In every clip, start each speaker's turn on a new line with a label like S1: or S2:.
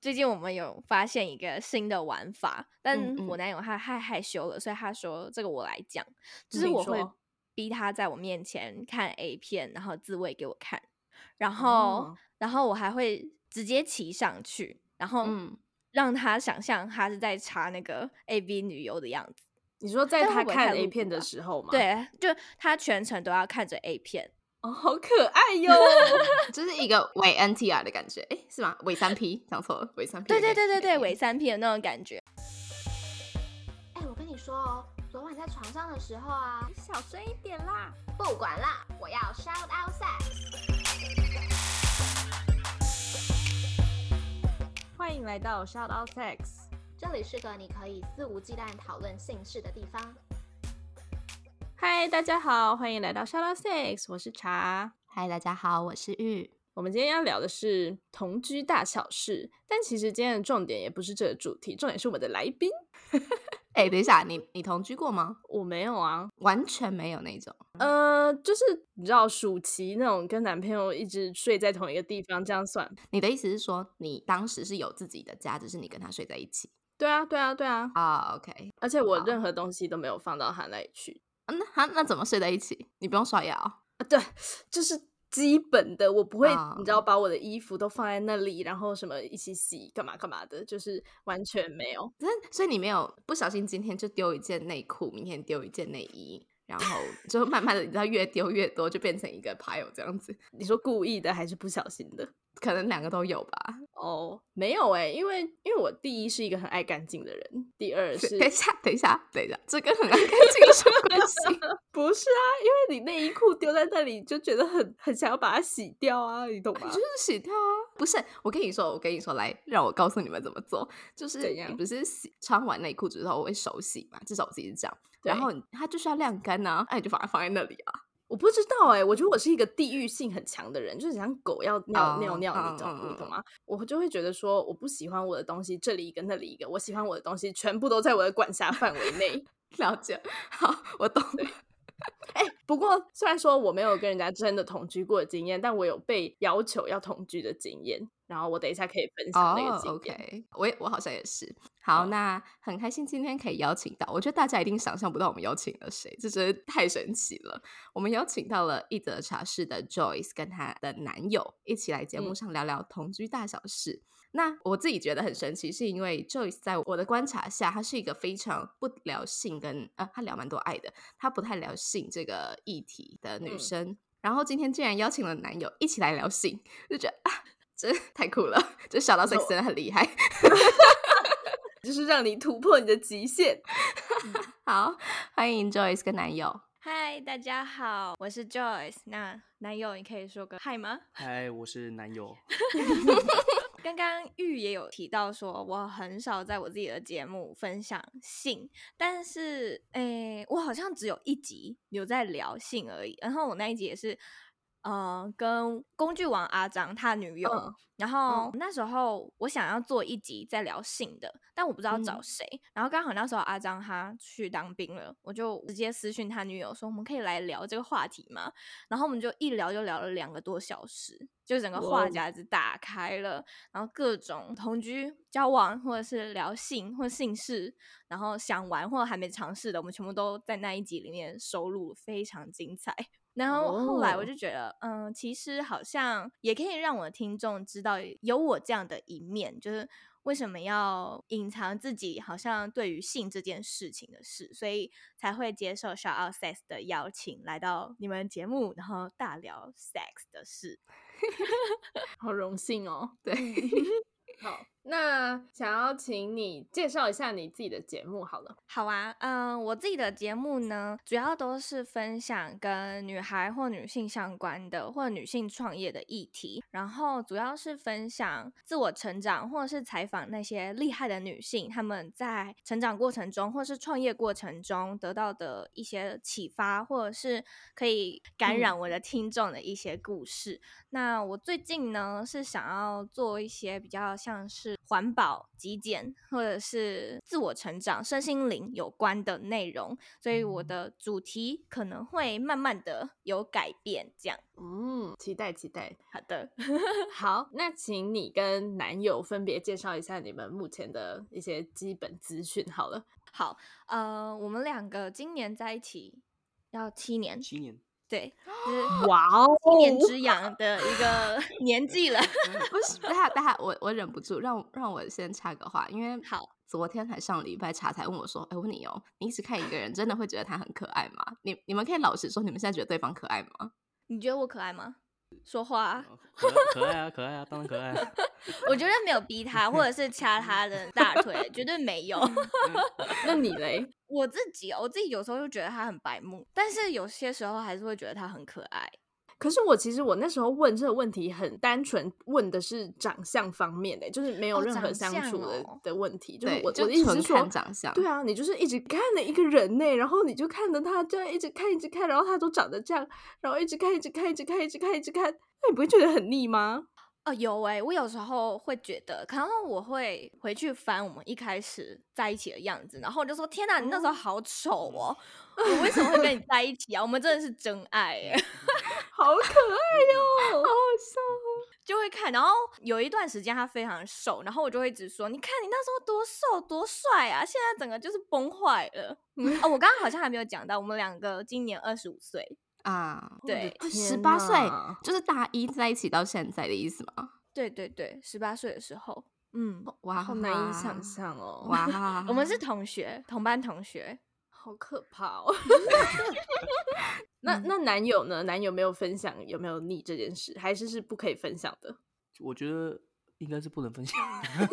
S1: 最近我们有发现一个新的玩法，但
S2: 嗯嗯
S1: 我男友他太害羞了，所以他说这个我来讲，就
S2: 嗯
S1: 是
S2: 你
S1: 我会
S2: 说
S1: 逼他在我面前看 A 片，然后自慰给我看，然后、
S2: 哦
S1: 然后我还会直接骑上去，然后
S2: 嗯，
S1: 让他想象他是在查那个 A V 女优的样子，
S2: 你说在
S1: 但会
S2: 他
S1: 不会
S2: 看
S1: 太露
S2: A
S1: 骨
S2: 片的
S1: 啊
S2: 时候吗？，
S1: 对，就他全程都要看着 A 片，
S2: 哦，好可爱哟！
S3: 就是一个伪 NTR 的感觉，哎、是吗？伪三 P，讲错了，伪三 P。
S1: 对对对对对，伪三 P 的那种感觉。
S4: 哎、我跟你说哦，昨晚在床上的时候啊，
S1: 小声一点啦！
S4: 不管啦，我要 shout out sex。
S2: 欢迎来到 Shout Out Sex，
S4: 这里是个你可以肆无忌惮讨论性事的地方。
S2: 嗨，大家好，欢迎来到 Shout Out Sex，我是茶。
S3: 嗨，大家好，我是玉。
S2: 我们今天要聊的是同居大小事，但其实今天的重点也不是这个主题，重点是我们的来宾。
S3: 哎、等一下，你你同居过吗？
S2: 我没有啊，
S3: 完全没有那种。
S2: 呃，就是你知道暑期那种跟男朋友一直睡在同一个地方，这样算？
S3: 你的意思是说，你当时是有自己的家，只是你跟他睡在一起
S2: 对啊，对啊，对啊，
S3: 啊？OK，
S2: 而且我
S3: 好
S2: 任何东西都没有放到他那里去，
S3: 嗯那他那怎么睡在一起？你不用刷牙哦、
S2: 就是基本的，我不会，
S3: 啊
S2: 你知道，把我的衣服都放在那里，然后什么一起洗，干嘛干嘛的，就是完全没有。
S3: 真的所以你没有不小心今天就丢一件内裤，明天丢一件内衣，然后就慢慢的，你知道越丢越多，就变成一个 pile 这样子，
S2: 你说故意的还是不小心的？
S3: 可能两个都有吧。
S2: 哦，没有哎、因为因为我第一是一个很爱干净的人，第二是
S3: 等一下，等一下，等一下，这跟很爱干净有什么关系？
S2: 不是啊？因为你内衣裤丢在那里，就觉得很很想要把它洗掉啊，你懂
S3: 你
S2: 吗
S3: 就？是洗掉啊！不是，我跟你说，我跟你说，来，让我告诉你们怎么做。就是
S2: 怎
S3: 你
S2: 样
S3: 不是洗穿完内裤之后会手洗嘛？至少我自己是这样。然
S2: 对
S3: 后你它就是要晾干啊，那你就把它放在那里啊。
S2: 我不知道哎、我觉得我是一个地域性很强的人，就是像狗要尿尿
S3: 嗯哦
S2: 尿，
S3: 嗯
S2: 你懂、
S3: 嗯
S2: 你懂
S3: 嗯
S2: 吗？我就会觉得说，我不喜欢我的东西这里一个那里一个，我喜欢我的东西全部都在我的管辖范围 内。
S3: 了解，好，我懂了。
S2: 不过虽然说我没有跟人家真的同居过的经验，但我有被要求要同居的经验。然后我等一下可以分享那个经
S3: o
S2: 验。
S3: k 哦我也我好像也是。好，
S2: 哦
S3: 那很开心今天可以邀请到，我觉得大家一定想象不到我们邀请了谁，这真是太神奇了。我们邀请到了一则茶室的 Joyce 跟她的男友一起来节目
S2: 嗯
S3: 上聊聊同居大小事。那我自己觉得很神奇，是因为 Joyce 在我的观察下，她是一个非常不聊性跟呃，她聊蛮多爱的，她不太聊性这个议题的女
S2: 嗯
S3: 生。然后今天竟然邀请了男友一起来聊性，就觉得啊，真太酷了！就小到 sex 真的很厉害。
S2: 就是让你突破你的极限。嗯
S3: 好，欢迎 Joyce 跟男友。
S1: 嗨，大家好，我是 Joyce。那男友，你可以说个嗨吗？
S5: 嗨，我是男友。
S1: 刚刚玉也有提到说，我很少在我自己的节目分享性，但是诶、我好像只有一集有在聊性而已。然后我那一集也是，呃，跟工具王阿张他女友，
S2: 嗯
S1: 然后那时候我想要做一集在聊性的，但我不知道找
S2: 嗯
S1: 谁。然后刚好那时候阿张他去当兵了，我就直接私讯他女友说，我们可以来聊这个话题吗？然后我们就一聊就聊了两个多小时，就整个
S2: 哇
S1: 话
S2: 哦
S1: 匣子打开了，然后各种同居、交往，或者是聊性或性事，然后想玩或者还没尝试的，我们全部都在那一集里面收录，非常精彩。然后后来我
S2: 哦
S1: 就觉得，嗯，其实好像也可以让我的听众知道有我这样的一面，就是为什么要隐藏自己好像对于性这件事情的事，所以才会接受 Shout Out Sex 的邀请来到你们节目，然后大聊 sex 的事。
S2: 好荣幸哦。
S3: 对，
S2: 好，那想要请你介绍一下你自己的节目好了。
S1: 好啊，嗯，我自己的节目呢，主要都是分享跟女孩或女性相关的，或女性创业的议题，然后主要是分享自我成长，或者是采访那些厉害的女性，她们在成长过程中，或是创业过程中得到的一些启发，或者是可以感
S2: 嗯
S1: 染我的听众的一些故事。那我最近呢是想要做一些比较像是环保、极简或者是自我成长、身心灵有关的内容，所以我的主题可能会慢慢的有改变。这样，
S2: 嗯，期待期待。
S1: 好的，
S2: 好，那请你跟男友分别介绍一下你们目前的一些基本资讯好了。
S1: 好， 呃，我们两个今年在一起要七年，
S5: 七年，
S1: 对，就是
S2: 哇哦，
S1: 七年之痒的一个 年纪了。
S3: 不是，等下等下，我我忍不住，让我让我先插个话，因为
S1: 好，
S3: 昨天还上礼拜茶才问我说，哎，我问你哦，你一直看一个人，真的会觉得他很可爱吗？你你们可以老实说，你们现在觉得对方可爱吗？
S1: 你觉得我可爱吗？说话啊、
S5: 哦可爱可爱啊，可爱啊，当然可爱啊。
S1: 我绝对没有逼他，或者是掐他的大腿，绝对没 有。
S2: 那你嘞？
S1: 我自己哦，我自己有时候就觉得他很白目，但是有些时候还是会觉得他很可爱。
S2: 可是我其实我那时候问这个问题很单纯，问的是长相方面的、就是没有
S1: 哦
S2: 任何
S1: 长
S2: 相
S1: 相
S2: 处的、
S1: 哦
S2: 的问题。就是
S3: 对，
S2: 我
S3: 就
S2: 我的意思
S3: 纯
S2: 是说
S3: 看，长相，
S2: 对啊，你就是一直看了一个人呢、然后你就看着他这样一直看一直看，然后他都长得这样，然后一直看一直看一直看一直看一直看，那你不会觉得很腻吗？
S1: 哦，有哎、我有时候会觉得，可能我会回去翻我们一开始在一起的样子，然后我就说：“天哪，你那时候好丑哦，我为什么会跟你在一起啊？我们真的是真爱哎、
S2: 好可爱哟、
S1: 就会看，然后有一段时间他非常瘦，然后我就会一直说：“你看你那时候多瘦多帅啊！”现在整个就是崩坏了。 哦，我刚刚好像还没有讲到，我们两个今年二十五岁，
S3: 啊，
S1: 对
S3: 十
S2: 天
S3: 八岁
S2: 哪
S3: 就是大一在一起到现在的意思吗？
S1: 对对对，十八岁的时候，嗯，，
S3: 哇，
S2: 好难以想，象哦，哇，
S3: 哇
S1: 我们是同学，同班同学。
S2: 好可怕哦。 嗯那那男友呢？男友没有分享有没有腻这件事，还是是不可以分享的？
S5: 我觉得应该是不能分享。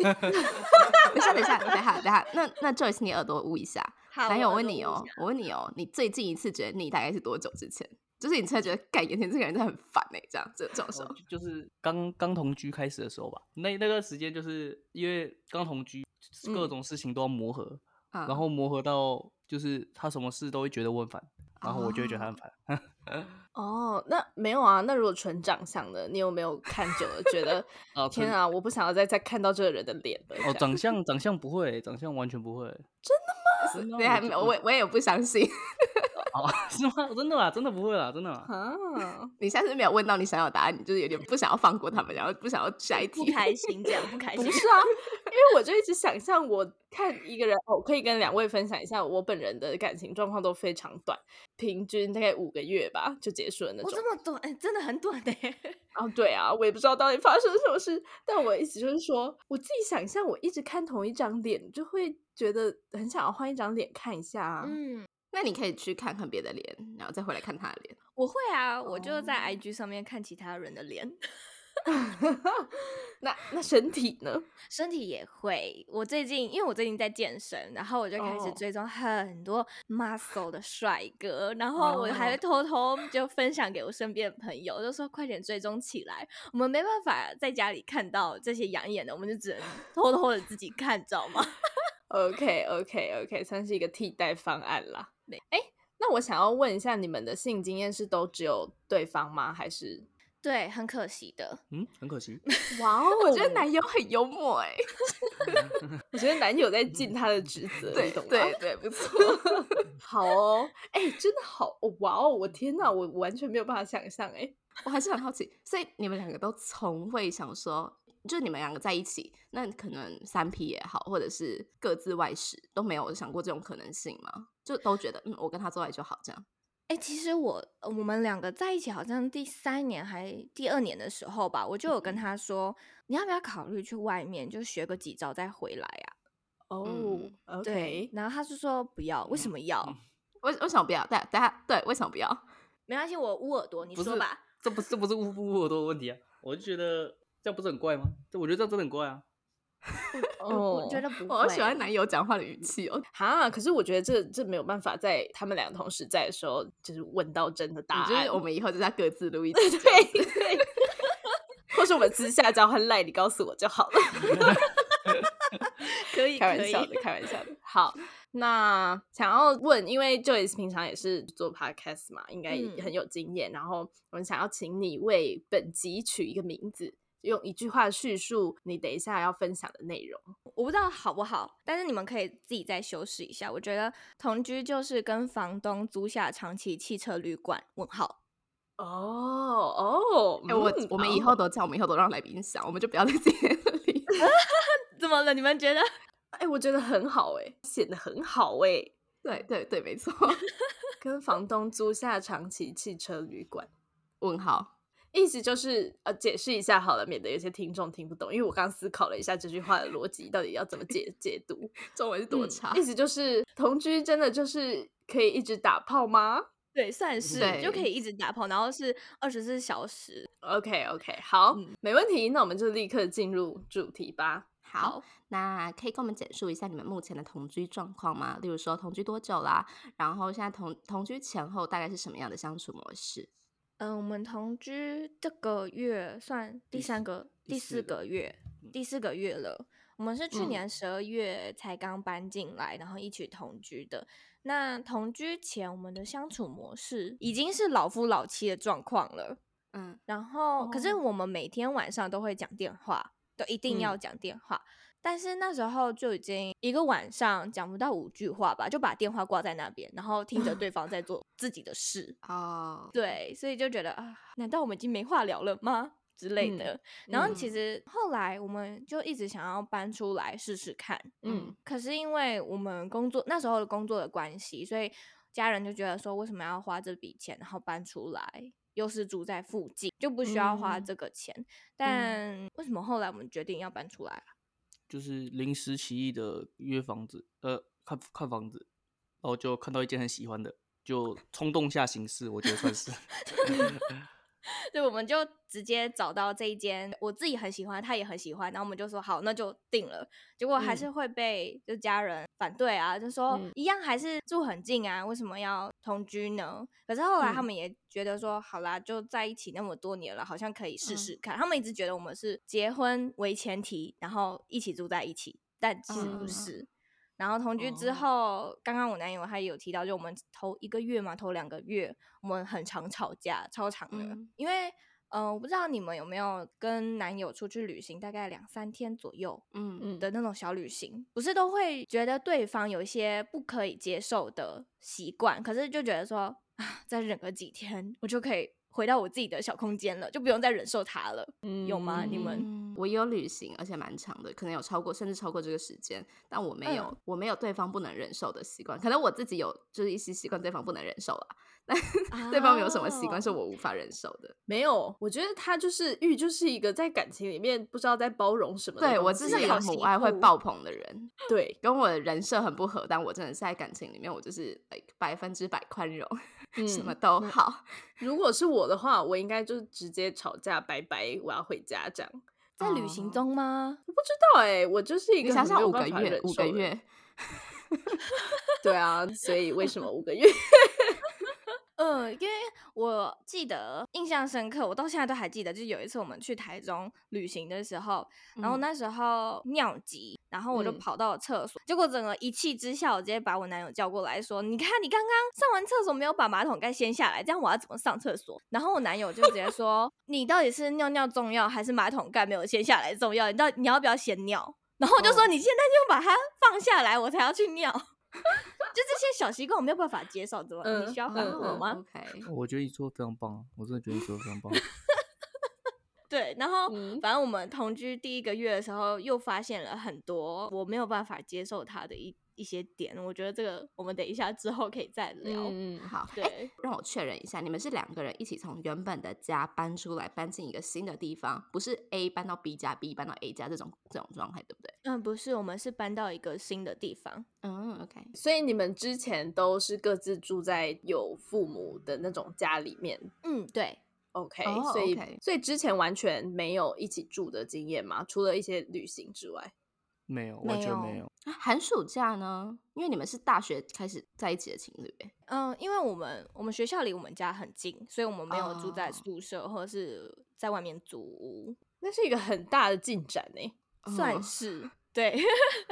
S3: 等 一下，等一下，等一下，等一下，那那 Joyce，你耳朵捂一下。
S1: 好，
S3: 男友，我
S1: 耳
S3: 问
S1: 朵
S3: 你
S1: 捂一
S3: 哦
S1: 下，
S3: 我问你哦，你最近一次觉得腻大概是多久之前？就是你突然觉得，干，眼前这个人真的很烦哎、这样这这种时
S5: 哦
S3: 候，
S5: 就就是刚刚同居开始的时候吧，那那段时间就是因为刚同居，各
S2: 嗯
S5: 种事情都要磨合，
S3: 嗯、
S5: 然后磨合到就是他什么事都会觉得我很烦，然后我就会觉得他很烦。
S2: 哦，那没有啊。那如果纯长相呢？你有没有看久了觉 得
S5: 哦
S2: 天
S5: 纯
S2: 啊，我不想要再再看到这个人的脸了？
S5: 哦，
S2: 这样
S5: 长相长相不会，长相完全不会。真的吗？
S3: 对啊，没有我也我也不相信。
S5: 哦， 是吗？真的啦，真的不会啦，真的啦。
S2: 啊，
S3: 你下次没有问到你想要的答案，你就是有点不想要放过他们，然后不想要下一
S1: 不
S3: 题。
S1: 开心，这样不开
S2: 不
S1: 心。
S2: 是啊，因为我就一直想象，我看一个人，哦我可以跟两位分享一下，我本人的感情状况都非常短，平均大概五个月吧就结束了那
S1: 我
S2: 种。
S1: 这么短，哎真的很短的。
S2: 哦，对啊，我也不知道到底发生什么事，但我意思就是说，我自己想象，我一直看同一张脸，就会觉得很想要换一张脸看一下 啊。
S1: 嗯，
S3: 那你可以去看看别的脸，然后再回来看他的脸。
S1: 我会啊，我就在 IG 上面看其他人的脸，
S2: 那那身体呢？
S1: 身体也会。我最近因为我最近在健身，然后我就开始
S2: 哦
S1: 追踪很多 muscle 的帅哥，然后我还会
S2: 哦
S1: 偷偷就分享给我身边的朋友，就说快点追踪起来。我们没办法在家里看到这些养眼的，我们就只能偷偷的自己看，知道吗？
S2: OK OK OK，算是一个替代方案啦
S1: 对。
S2: 哎，那我想要问一下，你们的性经验是都只有对方吗？还是？
S1: 对，很可惜的。
S5: 嗯，很可惜。
S2: 哇哦，
S3: 我觉得男友很幽默哎、
S2: 我觉得男友在尽他的职责，
S3: 对
S2: 你懂吗？
S3: 对对，不错。
S2: 好哦，哎，真的好，哦哇哦，我天呐，我完全没有办法想象哎。
S3: 我还是很好奇，所以你们两个都从会想说，就你们两个在一起，那可能三 P 也好，或者是各自外食，都没有想过这种可能性吗？就都觉得，嗯，我跟他做爱就好，这样。
S1: 哎、其实我呃我们两个在一起，好像第三年还第二年的时候吧，我就有跟他说，你要不要考虑去外面就学个几招再回来啊？
S2: 哦
S3: 嗯
S1: 对
S2: ，OK，，
S1: 然后他就说不要，为什么要？
S3: 为为什么不要？大家大家对，为什么不要？
S1: 没关系，我捂耳朵，你
S5: 不
S1: 说
S5: 是
S1: 吧。
S5: 这不是这不是乌布耳朵的问题啊，我就觉得这样不是很怪吗？这我觉得这样真的很怪啊。
S1: 我我觉得不
S3: 我好喜欢
S1: 会
S3: 男友讲话的语气哦。
S2: 哦哈，可是我觉得这这没有办法在他们俩同时在的时候，就是问到真的答
S3: 你
S2: 案。
S3: 就是我们以后就在各自录一集这样子。
S2: 对对， 或是我们私下交换赖，你告诉我就好了。
S1: 可以
S2: 开
S1: 可
S2: 玩
S1: 以
S2: 笑，的，开玩笑 的。好，那想要问，因为 Joyce 平常也是做 podcast 嘛，应该也
S1: 嗯
S2: 很有经验。然后我们想要请你为本集取一个名字，用一句话叙述你等一下要分享的内容。
S1: 我不知道好不好，但是你们可以自己再修饰一下。我觉得同居就是跟房东租下长期汽车旅馆。问号。
S2: 哦哦，
S3: 哎， 我
S2: 嗯
S3: 我们
S2: 好
S3: 以后都这样，我们以后都让来宾想，我们就不要在这里。
S1: 怎么了？你们觉得？
S2: 哎、我觉得很好哎、显得很好哎、
S3: 对对对，没错。
S2: 跟房东租下长期汽车旅馆，
S3: 问号，
S2: 意思就是呃，解释一下好了，免得有些听众听不懂。因为我刚思考了一下这句话的逻辑到底要怎么解解读，
S3: 中文是多
S2: 嗯
S3: 差？
S2: 意思就是同居真的就是可以一直打炮吗
S1: 对，算是就可
S3: 对
S1: 以一直打炮，然后是二十四小时。
S2: ？OK OK，好，
S3: 嗯
S2: 没问题，那我们就立刻进入主题吧。
S3: 好，那可以跟我们简述一下你们目前的同居状况吗？例如说同居多久啦，然后现在同同居前后大概是什么样的相处模式？
S1: 嗯，我们同居这个月算第
S5: 第
S1: 三
S5: 四
S1: 个、
S5: 第
S1: 第
S5: 四
S1: 四
S5: 个
S1: 个月
S5: 嗯、
S1: 第四个月了。我们是去
S3: 嗯
S1: 年十二月才刚搬进来，然后一起同居的。那同居前，我们的相处模式已经是老夫老妻的状况了。
S3: 嗯，
S1: 然后，可是
S2: 哦
S1: 我们每天晚上都会讲电话，都一定要
S3: 嗯
S1: 讲电话。但是那时候就已经一个晚上讲不到五句话吧，就把电话挂在那边，然后听着对方在做自己的事。
S3: 哦，
S1: 对，所以就觉得啊，难道我们已经没话聊了吗？之类
S2: 嗯
S1: 的。然后其
S3: 嗯
S1: 实后来我们就一直想要搬出来试试看，
S2: 嗯，
S1: 可是因为我们工作那时候的工作的关系，所以家人就觉得说，为什么要花这笔钱，然后搬出来，又是住在附近，就不需要花
S2: 嗯
S1: 这个钱。但为什么后来我们决定要搬出来啊？
S5: 就是临时起意的约房子，呃，看看房子，然后就看到一间很喜欢的，就冲动下行事，我觉得算是
S1: 对，我们就直接找到这一间，我自己很喜欢，他也很喜欢，然后我们就说好，那就定了。结果还
S2: 嗯
S1: 是会被就家人反对啊，就说、
S2: 嗯
S1: 一样还是住很近啊，为什么要同居呢？可是后来他
S2: 嗯
S1: 们也觉得说，好啦，就在一起那么多年了，好像可以试
S3: 嗯
S1: 试看。他们一直觉得我们是结婚为前提，然后一起住在一起，但其实
S3: 嗯嗯
S1: 不
S3: 嗯
S1: 是。然后同居之
S2: 哦
S1: 后，刚刚我男友他也有提到，就我们头一个月嘛，头两个月我们很常吵架，超常的。
S3: 嗯
S1: 因为，嗯、呃，我不知道你们有没有跟男友出去旅行，大概两三天左右
S3: 嗯嗯
S2: 嗯
S1: 的那种小旅行，不是都会觉得对方有一些不可以接受的习惯，可是就觉得说啊，再忍个几天，我就可以回到我自己的小空间了，就不用再忍受他了。有吗
S2: 嗯
S1: 你们
S3: 我有旅行，而且蛮长的，可能有超过，甚至超过这个时间，但我没有，
S1: 嗯
S3: 我没有对方不能忍受的习惯，可能我自己有，就是一些习惯对方不能忍受啦，但 对方有什么习惯是
S1: 哦
S3: 我无法忍受的？
S2: 没有，我觉得他就是玉，就是一个在感情里面不知道在包容什么的东西。
S3: 对我自
S1: 是
S3: 己
S1: 好
S3: 有
S1: 习
S3: 母爱会
S1: 惯
S3: 爆棚的人，
S2: 对，
S3: 跟我的人设很不合，但我真的是在感情里面，我就是 like 百分之百宽容，什
S2: 嗯
S3: 么都好。
S2: 如果是我的话，我应该就直接吵架，拜拜，我要回家这样。不
S1: 在旅行中吗？
S2: 知道哎、我就是一
S3: 你
S2: 个
S3: 想
S2: 很
S3: 想
S2: 没有
S3: 五个
S2: 办法
S3: 月，
S2: 忍
S3: 五个
S2: 受的人，
S3: 月，
S2: 对啊，所以为什么五个 月？
S1: 嗯，因为我记得印象深刻，我到现在都还记得，就是有一次我们去台中旅行的时候，然后
S3: 嗯
S1: 那时候尿急，然后我就
S2: 嗯
S1: 跑到了厕所，结果整个一气之下，我直接把我男友叫过来说：“你看，你刚刚上完厕所没有把马桶盖掀下来，这样我要怎么上厕所？”然后我男友就直接说：“你到底是尿尿重要，还是马桶盖没有掀下来重要？你到底你要不要先尿？”然后我就说：“你现在就把它放下来，我才要去尿。” 就这些小习惯我没有办法接受，怎么、
S2: 嗯
S1: 你需要反
S2: 嗯
S1: 驳
S2: 嗯
S1: 吗？
S3: o k
S5: 我觉得你做的非常棒啊，我真的觉得你做的非常 棒。
S1: 对，然后、
S2: 嗯
S1: 反正我们同居第一个月的时候，又发现了很多我没有办法接受他的一一些点。我觉得这个我们等一下之后可以再聊。
S2: 嗯，
S3: 好，哎
S1: 对，
S3: 让我确认一下，你们是两个人一起从原本的家搬出来，搬进一个新的地方，不是 A 搬到 B 家，B 搬到 A 家这种这种状态，对不对？
S1: 嗯，不是，我们是搬到一个新的地方。
S3: 嗯，OK，
S2: 所以你们之前都是各自住在有父母的那种家里面
S1: 嗯，对，
S2: ，OK？、
S3: 哦
S2: 所以
S3: OK
S2: 所以之前完全没有一起住的经验嘛，除了一些旅行之外，
S5: 没有，完全
S1: 没有
S5: 没有。
S3: 啊寒暑假呢？因为你们是大学开始在一起的情侣，哎
S1: 嗯，因为我们我们学校离我们家很近，所以我们没有住在
S3: 哦
S1: 宿舍、或者是在外面租屋，
S2: 那是一个很大的进展呢、
S1: 算
S3: 哦
S1: 是对。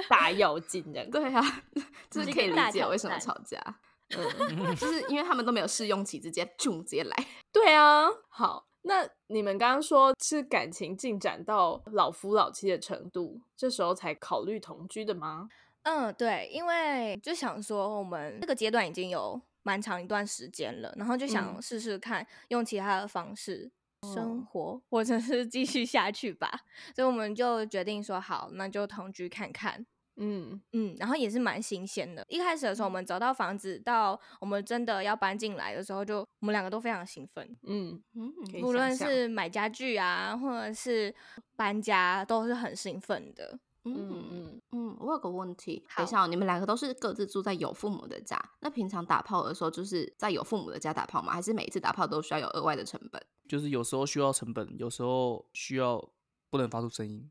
S2: 大跃进的。
S3: 对啊， 就是
S1: 一
S3: 可
S1: 个
S3: 以
S1: 大
S3: 理解
S1: 挑
S3: 为什么
S1: 战
S3: 吵架， 嗯，就是因为他们都没有试用期，直接就直接来。
S2: 对啊，好，那你们刚刚说是感情进展到老夫老妻的程度，这时候才考虑同居的吗？
S1: 嗯，对，因为就想说我们这个阶段已经有蛮长一段时间了，然后就想
S2: 嗯哦
S1: 试试看用其他的方式生活，或者是继续下去吧。所以我们就决定说好，那就同居看看。
S2: 嗯，
S1: 嗯，然后也是蛮新鲜的。一开始的时候，我们找到房子，到我们真的要搬进来的时候就，我们两个都非常兴奋，
S2: 嗯，
S3: 嗯，
S2: 可以
S1: 无论
S2: 想象
S1: 是买家具啊，或者是搬家，都是很兴奋的。
S2: 嗯
S3: 嗯
S2: 嗯，
S3: 嗯，我有个问题，
S1: 好
S3: 等一下、哦，你们两个都是各自住在有父母的家，那平常打炮的时候就是在有父母的家打炮吗？还是每一次打炮都需要有额外的成本？
S5: 就是有时候需要成本，有时候需要不能发出声音。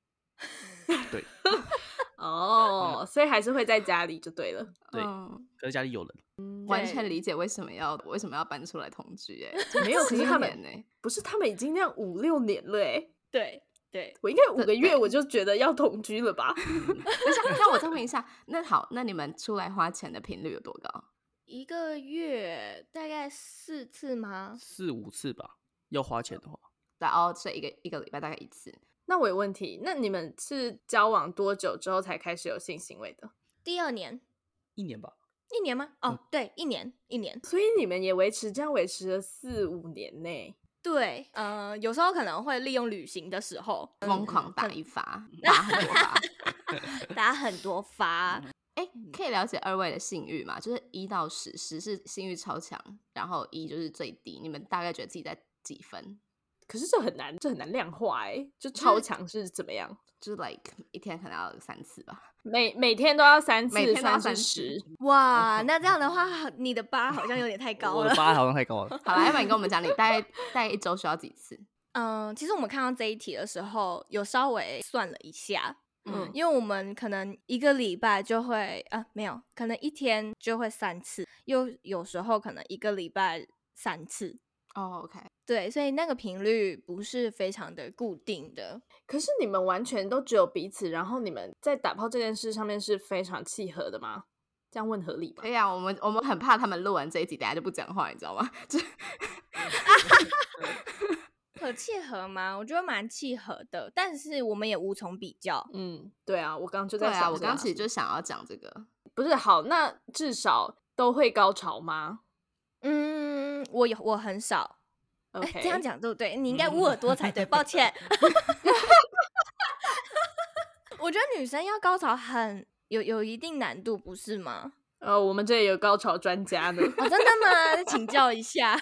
S5: 对，
S2: 哦，所以还是会在家里就对了。
S5: 对
S3: 嗯
S5: 可是家里有人，
S3: 完
S1: 对
S3: 全理解为什么要为什么要搬出来同居、欸，
S2: 没 有可
S3: 十
S2: 是他们
S3: 年呢、
S2: 不是，他们已经那样五六年了哎、
S1: 对对，
S2: 我应该五
S3: 对
S2: 个月我就觉得要同居了吧？
S3: 等一下，让我证明一下。那好，那你们出来花钱的频率有多高？
S1: 一个月大概四次吗？
S5: 四五次吧，要花钱的话，
S3: 然后这一个一个礼拜大概一次，
S2: 那我有问题，那你们是交往多久之后才开始有性行为的？
S1: 第二年，
S5: 一年吧。
S1: 一年吗？
S5: 嗯
S1: 哦，对，一年，一年。
S2: 所以你们也维持这样维持了四五年呢、
S1: 对，呃，有时候可能会利用旅行的时候
S3: 疯
S2: 嗯
S3: 狂打一发，打很多发。
S1: 打很多发，
S3: 哎、
S2: 嗯
S3: 可以了解二位的性欲吗？就是一到十，十是性欲超强，然后一就是最低。你们大概觉得自己在几分？
S2: 可是这很难，这很难量化哎、就
S3: 就是
S2: 超强是怎么样？
S3: 就是 like 一天可能要有三次吧。
S2: 每每天都要三次，
S3: 每天都要
S2: 算
S3: 三
S2: 是
S3: 次。
S2: 十。
S1: 哇，那这样的话，你的八好像有点太高
S5: 嗯我的
S1: 了。
S5: 八好 像太高了
S3: 好了，要不然你跟 我们讲，你大概大概一周需要几次？
S1: 嗯，其实我们看到这一题的时候，有稍微算了一下，
S2: 嗯
S3: 嗯，
S1: 因为我们可能一个礼拜就会啊、没有，可能一天就会三次，又有时候可能一个礼拜三次，
S3: 哦、o k
S1: 对，所以那个频率不是非常的固定的。
S2: 可是你们完全都只有彼此，然后你们在打炮这件事上面是非常契合的吗？这样问合理吧
S3: 可？以啊。我们我们很怕他们录完这一集，等下就不讲话，你知道吗？ 就是
S1: 可契合吗？我觉得蛮契合的，但是我们也无从比较。
S2: 嗯，对啊，我刚刚就
S3: 对
S2: 在想这
S3: 啊，
S2: 个，
S3: 我刚刚其实就想要讲这个。
S2: 不是好，那至少都会高潮吗
S1: 嗯，我有我很少，哎、
S2: ？OK，
S1: 这样讲对不对？你应该捂耳朵才对，抱 歉。我觉得女生要高潮很有有一定难度，不是吗？
S2: 呃，我们这里有高潮专家呢。
S1: 哦，真的吗？ 请教一下。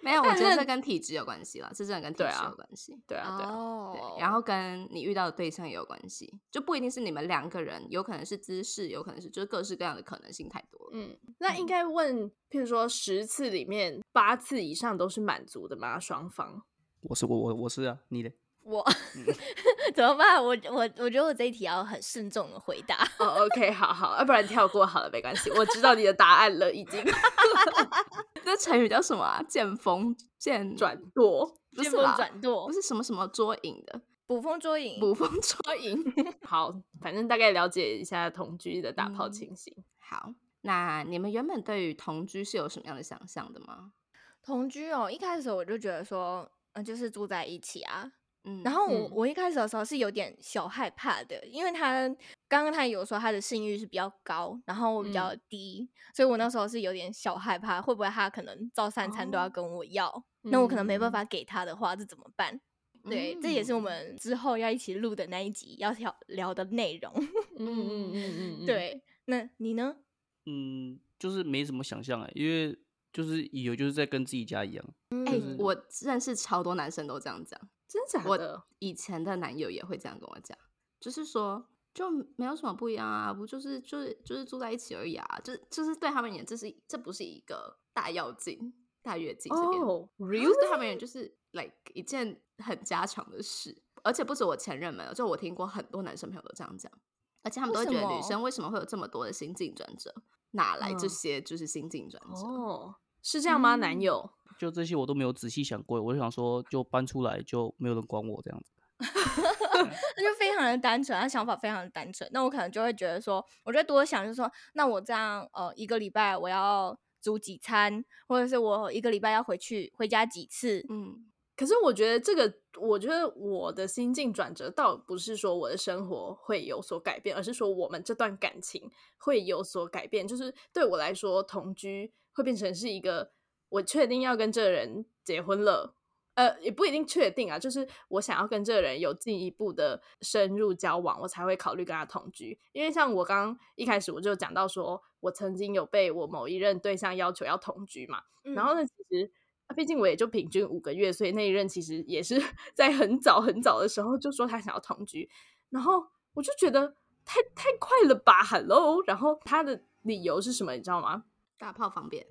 S3: 没有，我觉
S2: 但
S3: 得
S2: 是
S3: 这跟体质有关系了，这真的跟体
S2: 对
S3: 质
S2: 啊
S3: 有关系。
S2: 对啊，对啊，
S1: 哦
S3: 对，然后跟你遇到的对象也有关系，就不一定是你们两个人，有可能是姿势，有可能是就是各式各样的可能性太多了。
S2: 嗯，那应该问，譬如说十次里面八次以上都是满足的吗？双方？
S5: 我是我我我是啊，你的
S1: 我
S3: 嗯
S1: 怎么办？我我我觉得我这一题要很慎重的回答。
S2: 哦，OK，好好，要不然跳过好了，没关系，我知道你的答案了，已经
S3: 那成语叫什么啊？见风见
S2: 转舵。
S3: 不
S1: 见
S3: 是
S1: 风
S3: 啦，
S1: 转舵
S3: 不，是什么什么捉影的，
S1: 捕风捉影。
S3: 捕风捉影。
S2: 好，反正大概了解一下同居的打炮
S3: 嗯
S2: 情形。
S3: 好，那你们原本对于同居是有什么样的想象的吗？
S1: 同居哦，一开始我就觉得说，嗯、就是住在一起啊。
S3: 嗯，
S1: 然后我、
S2: 嗯
S1: 我一开始的时候是有点小害怕的，因为他刚刚他有说他的性欲是比较高，然后我比
S2: 嗯
S1: 较低，所以我那时候是有点小害怕，会不会他可能照三餐都要
S3: 哦
S1: 跟我要，那我可能没办
S2: 嗯
S1: 法给他的话，这怎么办？对，这也是我们之后要一起录的那一集要聊聊的内容。
S2: 嗯嗯嗯嗯，，
S1: 对，那你呢？
S5: 嗯，就是没什么想象哎、因为就是以为就是在跟自己家一样，
S2: 嗯
S3: 哎、
S1: 嗯
S5: 就是
S3: 我认识超多男生都这样讲。
S2: 真假的
S3: 我？以前的男友也会这样跟我讲，就是说就没有什么不一样啊，不就是就是就是住在一起而已啊，就是就是对他们而言，这是这不是一个大要进、大跃进这边，
S2: 哦
S3: 就是
S2: ，real
S3: 对他们而言就是 like 一件很家常的事，而且不止我前任们哦，就我听过很多男生朋友都这样讲，而且他们都
S1: 为
S3: 会
S1: 什
S3: 觉得女
S1: 么
S3: 生为什么会有这么多的新进转折，哪来这
S2: 嗯
S3: 些就是新进转折？
S2: 哦，是这样吗？男
S1: 嗯
S2: 友？
S5: 就这些我都没有仔细想过，我就想说就搬出来就没有人管我这样子。
S1: 他就非常的单纯，他想法非常的单纯。那我可能就会觉得说，我就会多想，就是说，那我这样呃一个礼拜我要煮几餐，或者是我一个礼拜要回去回家几次，
S3: 嗯，
S2: 可是我觉得这个，我觉得我的心境转折倒不是说我的生活会有所改变，而是说我们这段感情会有所改变。就是对我来说，同居会变成是一个我确定要跟这个人结婚了，呃，也不一定确定啊，就是我想要跟这个人有进一步的深入交往，我才会考虑跟他同居。因为像我刚一开始我就讲到说，我曾经有被我某一任对象要求要同居嘛，
S1: 嗯
S2: 然后呢，
S3: 嗯
S2: 其实啊毕竟我也就平均五个月，所以那一任其实也是在很早很早的时候就说他想要同居，然后我就觉得太太快了吧，Hello，然后他的理由是什么，你知道吗？
S3: 打炮方便，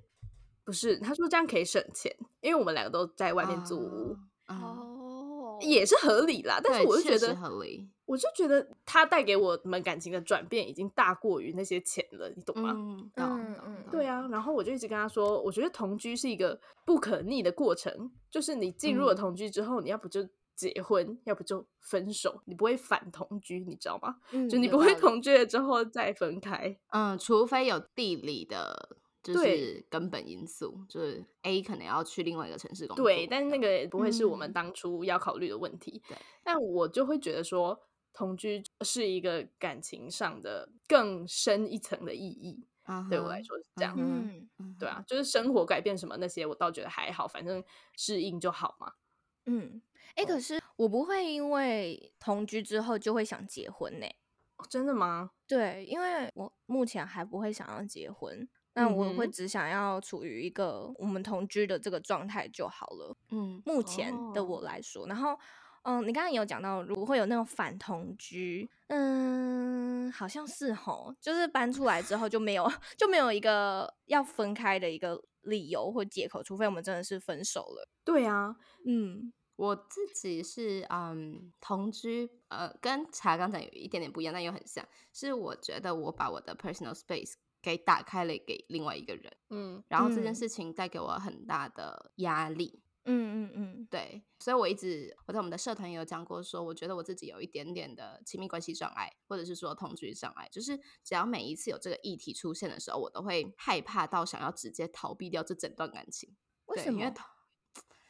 S2: 不是，他说这样可以省钱，因为我们两个都在外面租屋，
S3: 啊，嗯
S1: 哦，
S2: 也是合理啦。但是
S3: 对
S2: 我就觉
S3: 确实
S2: 得，
S3: 合理，
S2: 我就觉得他带给我们感情的转变已经大过于那些钱了，你懂吗？
S3: 嗯，懂
S1: 嗯
S3: 懂
S1: 嗯
S3: 懂
S2: 对啊，然后我就一直跟他说，我觉得同居是一个不可逆的过程，就是你进入了
S3: 嗯
S2: 同居之后，你要不就结婚，要不就分手，你不会反同居，你知道吗？就
S3: 嗯
S2: 你
S3: 有
S2: 不会
S3: 道理
S2: 同居了之后再分开。
S3: 嗯，除非有地理的，就
S2: 对
S3: 是根本因素，就是 A 可能要去另外一个城市工作，
S2: 对，但是那个也不会是我们
S3: 嗯
S2: 当初要考虑的问题。
S3: 对
S2: 但我就会觉得说，同居是一个感情上的更深一层的意义。对我来说是这样，
S3: 嗯
S1: 嗯
S3: 嗯
S2: 对，啊，就是生活改变什么那些，我倒觉得还好，反正适应就好嘛。
S1: 嗯，哎、可是我不会因为同居之后就会想结婚呢、
S2: 哦真的吗？
S1: 对，因为我目前还不会想要结婚，那我会
S2: 嗯哼
S1: 只想要处于一个我们同居的这个状态就好了。
S2: 啊
S3: 嗯
S1: 目前的我来说，然后，嗯，你刚刚也有讲到，如果会有那种反同居，嗯，好像是吼，就是搬出来之后就没有 就没有一个要分开的一个理由或借口，除非我们真的是分手了。
S2: 对啊，
S1: 嗯，
S3: 我自己是嗯同居，呃，跟茶刚才有一点点不一样，但又很像，是我觉得我把我的 personal space 给打开了给另外一个人，
S2: 嗯
S3: 然后这件
S1: 嗯
S3: 事情带给我很大的压力，
S1: 嗯嗯嗯，
S3: 对，所以我一直我在我们的社团也有讲过说，我觉得我自己有一点点的亲密关系障碍，或者是说同居障碍，就是只要每一次有这个议题出现的时候，我都会害怕到想要直接逃避掉这整段感情。
S1: 为
S3: 对
S1: 什
S3: 因为
S1: 么？
S3: 逃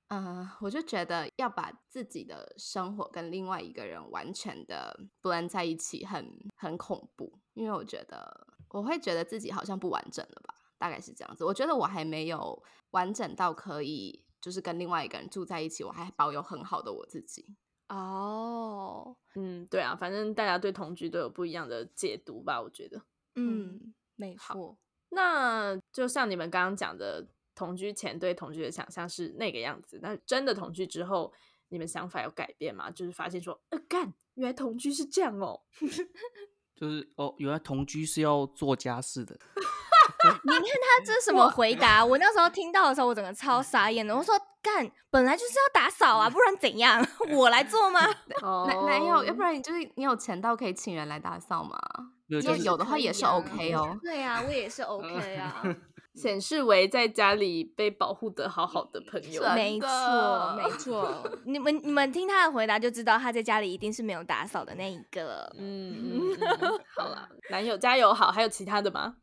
S3: 呃，我就觉得要把自己的生活跟另外一个人完全的 blend 在一起很，很恐怖，因为我觉得我会觉得自己好像不完整了吧，大概是这样子。我觉得我还没有完整到可以就是跟另外一个人住在一起，我还保有很好的我自己。
S1: 哦，
S2: 嗯，对啊，反正大家对同居都有不一样的解读吧，我觉得。
S1: 嗯，没错，
S2: 那就像你们刚刚讲的，同居前对同居的想象是那个样子，那真的同居之后，你们想法有改变吗？就是发现说，呃，干，原来同居是这样哦。
S5: 就是哦，原来同居是要做家事的，
S1: 你看他这什么回答？我那时候听到的时候，我整个超傻眼的。我说干，本来就是要打扫啊，不然怎样？ 我来做吗？
S2: 哦
S3: 男男友，要不然你就是你有钱到可以请人来打扫吗？
S5: 没有
S3: 如
S5: 就
S3: 果
S5: 是
S3: 有的话
S1: 可以
S3: 也是
S1: 啊
S3: OK 哦。
S1: 对啊，我也是 OK 啊，
S2: 显示为在家里被保护的好好的朋友
S3: 是。啊
S1: 没错
S3: 真的
S1: 没错。你们你们听他的回答就知道，他在家里一定是没有打扫的那一个。
S2: 嗯，嗯嗯好啦，男友加油好，还有其他的吗？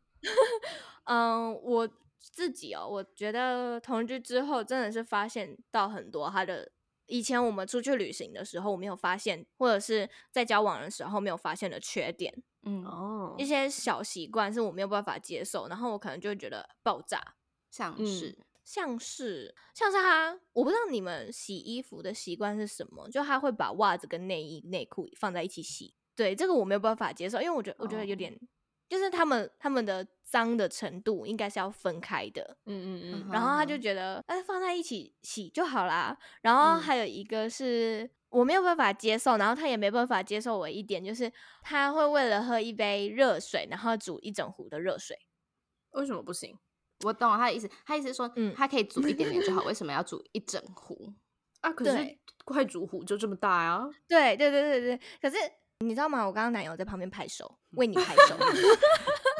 S1: 嗯，我自己哦，我觉得同居之后真的是发现到很多他的。以前我们出去旅行的时候，我没有发现，或者是在交往的时候没有发现的缺点，
S3: 嗯，
S2: 哦
S1: 一些小习惯是我没有办法接受，然后我可能就会觉得爆炸。
S3: 像
S2: 嗯
S3: 是
S1: 像是像是他，我不知道你们洗衣服的习惯是什么，就他会把袜子跟内衣内裤放在一起洗。对，这个我没有办法接受，因为我觉得我觉得有
S3: 哦
S1: 点，就是他们他们的脏的程度应该是要分开的。
S2: 嗯嗯
S3: 嗯
S2: 嗯，
S1: 然后他就
S3: 啊
S1: 觉得，哎，放在一起洗就好啦。然后还有一个是我没有办法接受，然后他也没办法接受我一点，就是他会为了喝一杯热水，然后煮一整壶的热水。
S2: 为什么不行？
S3: 我懂他的意思，他意思是说，
S1: 嗯
S3: 他可以煮一点点就好，为什么要煮一整壶？
S2: 啊，可是
S1: 对
S2: 快煮虎就这么大啊！
S1: 对对对对对，可是你知道吗？我刚刚男友在旁边拍手，为你拍手。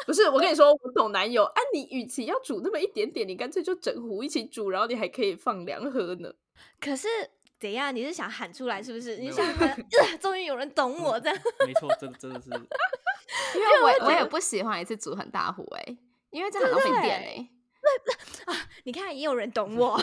S2: 不是，我跟你说，我懂男友啊，你与其要煮那么一点点，你干脆就整壶一起煮，然后你还可以放凉喝呢。
S1: 可是怎样？你是想喊出来是不是？
S5: 没
S1: 你
S5: 有
S1: 想喊， 呃终于有人懂我这样。
S5: 没错，真的真 的是，
S3: 因为我我也不喜欢一次煮很大壶哎、因为这样很浪费电哎、
S1: 你看，也有人懂我。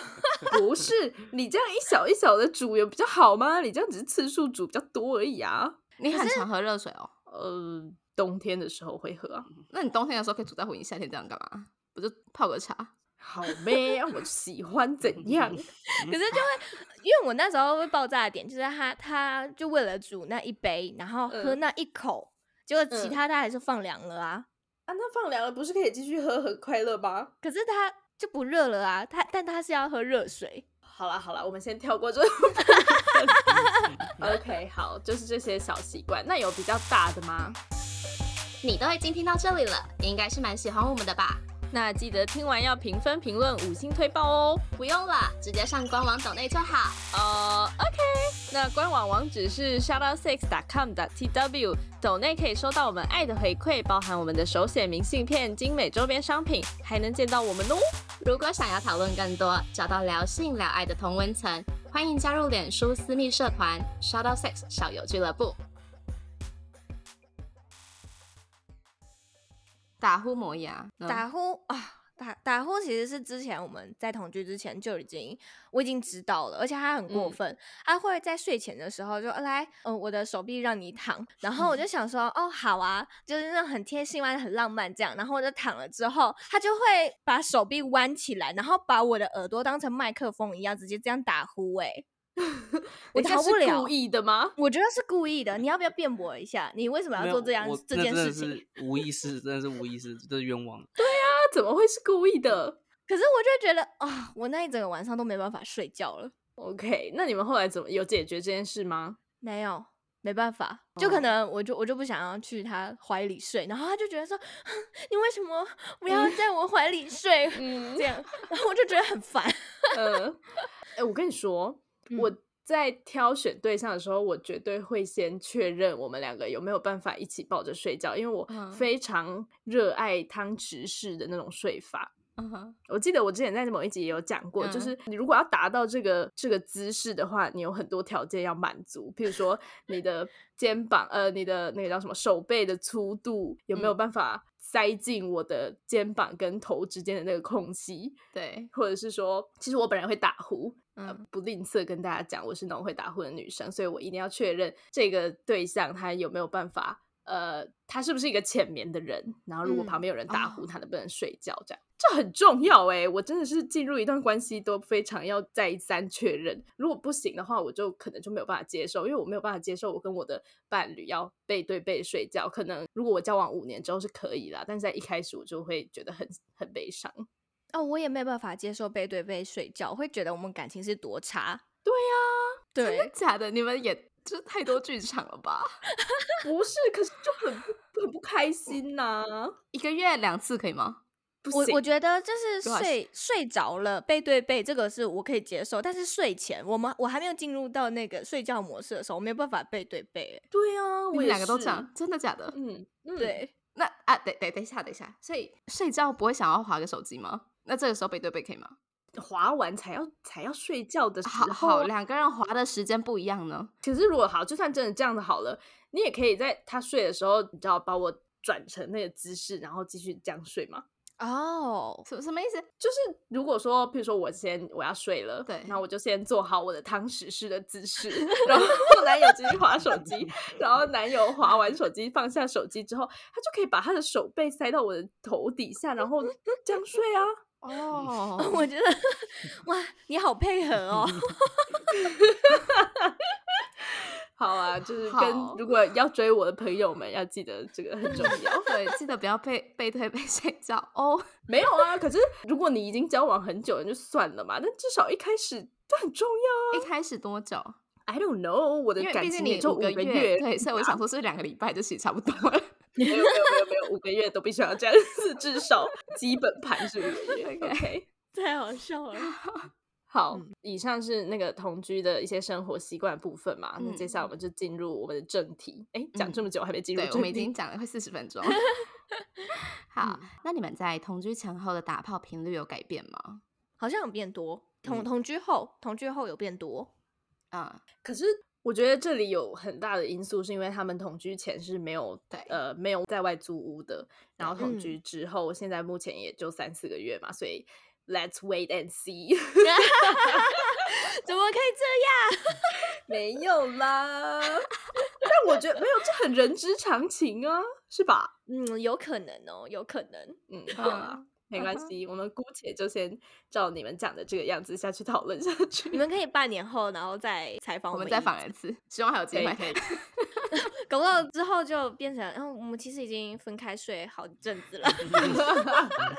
S2: 不是你这样一小一小的煮有比较好吗？你这样只是次数煮比较多而已啊。
S3: 你很常喝热水哦，
S2: 呃，冬天的时候会喝啊。
S3: 那你冬天的时候可以煮在壶里，夏天这样干嘛？不就泡个茶？
S2: 好呗，啊我喜欢怎样？
S1: 可是就会，因为我那时候会爆炸的点就是他，他就为了煮那一杯，然后喝
S2: 嗯
S1: 那一口，结果其
S2: 嗯
S1: 他他还是放凉了啊。
S2: 啊，那放凉了不是可以继续喝，很快乐吗？
S1: 可是他就不热了啊，他但他是要喝热水。
S2: 好啦好啦，我们先跳过这个部 分。OK，好，就是这些小习惯。那有比较大的吗？
S4: 你都已经听到这里了，应该是蛮喜欢我们的吧？
S6: 那记得听完要评分、评论、五星推爆哦。
S4: 不用了，直接上官网抖内就好。
S6: 呃，OK，那官网网址是 shoutoutsix.com.tw，抖内可以收到我们爱的回馈，包含我们的手写明信片、精美周边商品，还能见到我们哦。
S4: 如果想要讨论更多，找到聊性聊爱的同温层，欢迎加入脸书私密社团 Shout Out Sex 少友俱乐部。
S3: 打呼磨牙，嗯
S1: 打呼啊，打打呼其实是之前我们在同居之前就已经我已经知道了，而且他很过
S2: 嗯
S1: 分，他会在睡前的时候就呃来，嗯、我的手臂让你躺，然后我就想说，哦，好啊，就是那种很贴心嘛，很浪漫这样，然后我就躺了之后，他就会把手臂弯起来，然后把我的耳朵当成麦克风一样，直接这样打呼、欸， 我
S2: 等一下
S1: 逃不
S2: 是
S1: 了
S2: 故。意的
S6: 啊
S2: 吗？
S1: 我觉得是故意的，你要不要辩驳一下？你为什么要
S5: 没有
S1: 做这样
S5: 我
S1: 这
S5: 那
S1: 件
S5: 真
S1: 事
S5: 的
S1: 情？
S5: 是无意识，真的是无意识，这是冤 枉。
S2: 他怎么会是故意的
S1: 可是我就觉得啊、我那一整个晚上都没办法睡觉了。
S2: ？OK，那你们后来怎么有解决这件事吗？
S1: 没有，没办法，就可能我就我就不想要去他怀里睡，然后他就觉得说，哼你为什么不要在我怀里睡？
S2: 嗯
S1: 这样，然后我就觉得很烦。
S2: 呃，哎、我跟你说，
S3: 嗯
S2: 我在挑选对象的时候，我绝对会先确认我们两个有没有办法一起抱着睡觉，因为我
S3: 嗯
S2: 非常热爱汤匙式的那种睡法。
S3: 嗯哼
S2: 我记得我之前在某一集也有讲过，就
S3: 嗯
S2: 是你如果要达到这个这个姿势的话，你有很多条件要满足，譬如说你的肩膀，呃，你的那个叫什么手背的粗度有
S3: 嗯
S2: 没有办法塞进我的肩膀跟头之间的那个空隙，
S3: 对，
S2: 或者是说，其实我本人会打呼，呃
S3: 嗯，
S2: 不吝啬跟大家讲，我是那种会打呼的女生，所以我一定要确认这个对象他有没有办法，呃，他是不是一个浅眠的人，然后如果
S1: 嗯
S2: 旁边有人打呼，
S3: 哦
S2: 他能不能睡觉，这样这很重要哎、我真的是进入一段关系都非常要再三确认，如果不行的话，我就可能就没有办法接受，因为我没有办法接受我跟我的伴侣要背对背睡觉，可能如果我交往五年之后是可以啦，但是在一开始我就会觉得很很悲伤。
S1: 哦，我也没有办法接受背对背睡觉，我会觉得我们感情是多差。
S2: 对呀、
S1: 对，
S3: 真的假的？你们也这太多剧场了吧？
S2: 不是，可是就很不很不开心呐、
S3: 一个月两次可以吗？
S2: 不
S1: 我
S2: 行
S1: 我觉得就是
S3: 对啊
S1: 睡睡着了背对背，这个是我可以接受，但是睡前我们我还没有进入到那个睡觉模式的时候，我没有办法背对背、欸。
S2: 对啊，
S3: 你
S2: 我
S3: 们
S2: 也
S3: 两个都
S2: 是
S3: 这样，，真的假的？
S2: 嗯嗯，
S1: 对，
S3: 那啊，等等等一下，等一下，所以睡觉不会想要划个手机吗？那这个时候背对背可以吗？
S2: 滑嗯完才要才要睡觉的时
S3: 好
S2: 候啊，
S3: 好，两个人划的时间不一样呢。
S2: 可是如果好，就算真的这样的好了，你也可以在他睡的时候，你知道把我转成那个姿势，然后继续这样睡嘛。
S1: 哦、
S3: 什什么意思？
S2: 就是如果说，譬如说我先我要睡了，
S3: 对
S2: 那我就先做好我的汤匙式的姿 势，然后男友继续划手机，然后男友划完手机放下手机之后，他就可以把他的手背塞到我的头底下，然后这样睡啊。
S3: 哦
S1: 我觉得哇，你好配合 哦。
S2: 好啊，就是跟
S3: 好
S2: 如果要追我的朋友们要记得这个很重要。
S3: 对，记得不要背背对背睡觉哦。
S2: 没有啊，可是如果你已经交往很久了，就算了嘛。但至少一开始这很重要
S3: 一开始多久？
S2: 啊。I don't know，我的
S3: 因为
S2: 感
S3: 毕竟
S2: 情
S3: 你
S2: 也就
S3: 五个
S2: 月，
S3: 对，所以我想说是不是两个礼拜就其实差 不多了。
S2: 没有没有没有没有，五个月都必须要这样子，至少基本盘是五个月。OK，嗯
S1: 太好笑 了。
S2: 好，以上是那个同居的一些生活习惯部分嘛。那
S3: 嗯
S2: 接下来我们就进入我们的正题。哎，讲
S3: 嗯
S2: 这么久还没进入
S3: 对，我
S2: 正
S3: 们已
S2: 题
S3: 经，讲了快四十分 钟。好，那你们在同居前后的打炮频率有改变吗？
S1: 好像有变多。
S3: 嗯
S1: 同同居后，同居后有变 多。
S3: 啊、
S2: 可是。我觉得这里有很大的因素，是因为他们同居前是没有
S3: 对嗯
S2: 呃没有在外租屋的，然后同
S1: 嗯
S2: 居之后，现在目前也就三四个月嘛，所以 Let's wait and see，
S1: 怎么可以这样？
S2: 没有 啦。但我觉得没有，这很人之常情啊，是吧？
S1: 嗯，有可能哦，有可能。
S2: 嗯，好啦，没关系，我们姑且就先照你们讲的这个样子下去讨论下去
S1: 你。们可以半年后，然后再采访
S3: 我们
S1: 们
S3: 再
S1: 一
S3: 访一次，希望还有机会。
S1: 搞不好之后就变成，然、后我们其实已经分开睡好一阵子了。
S3: 嗯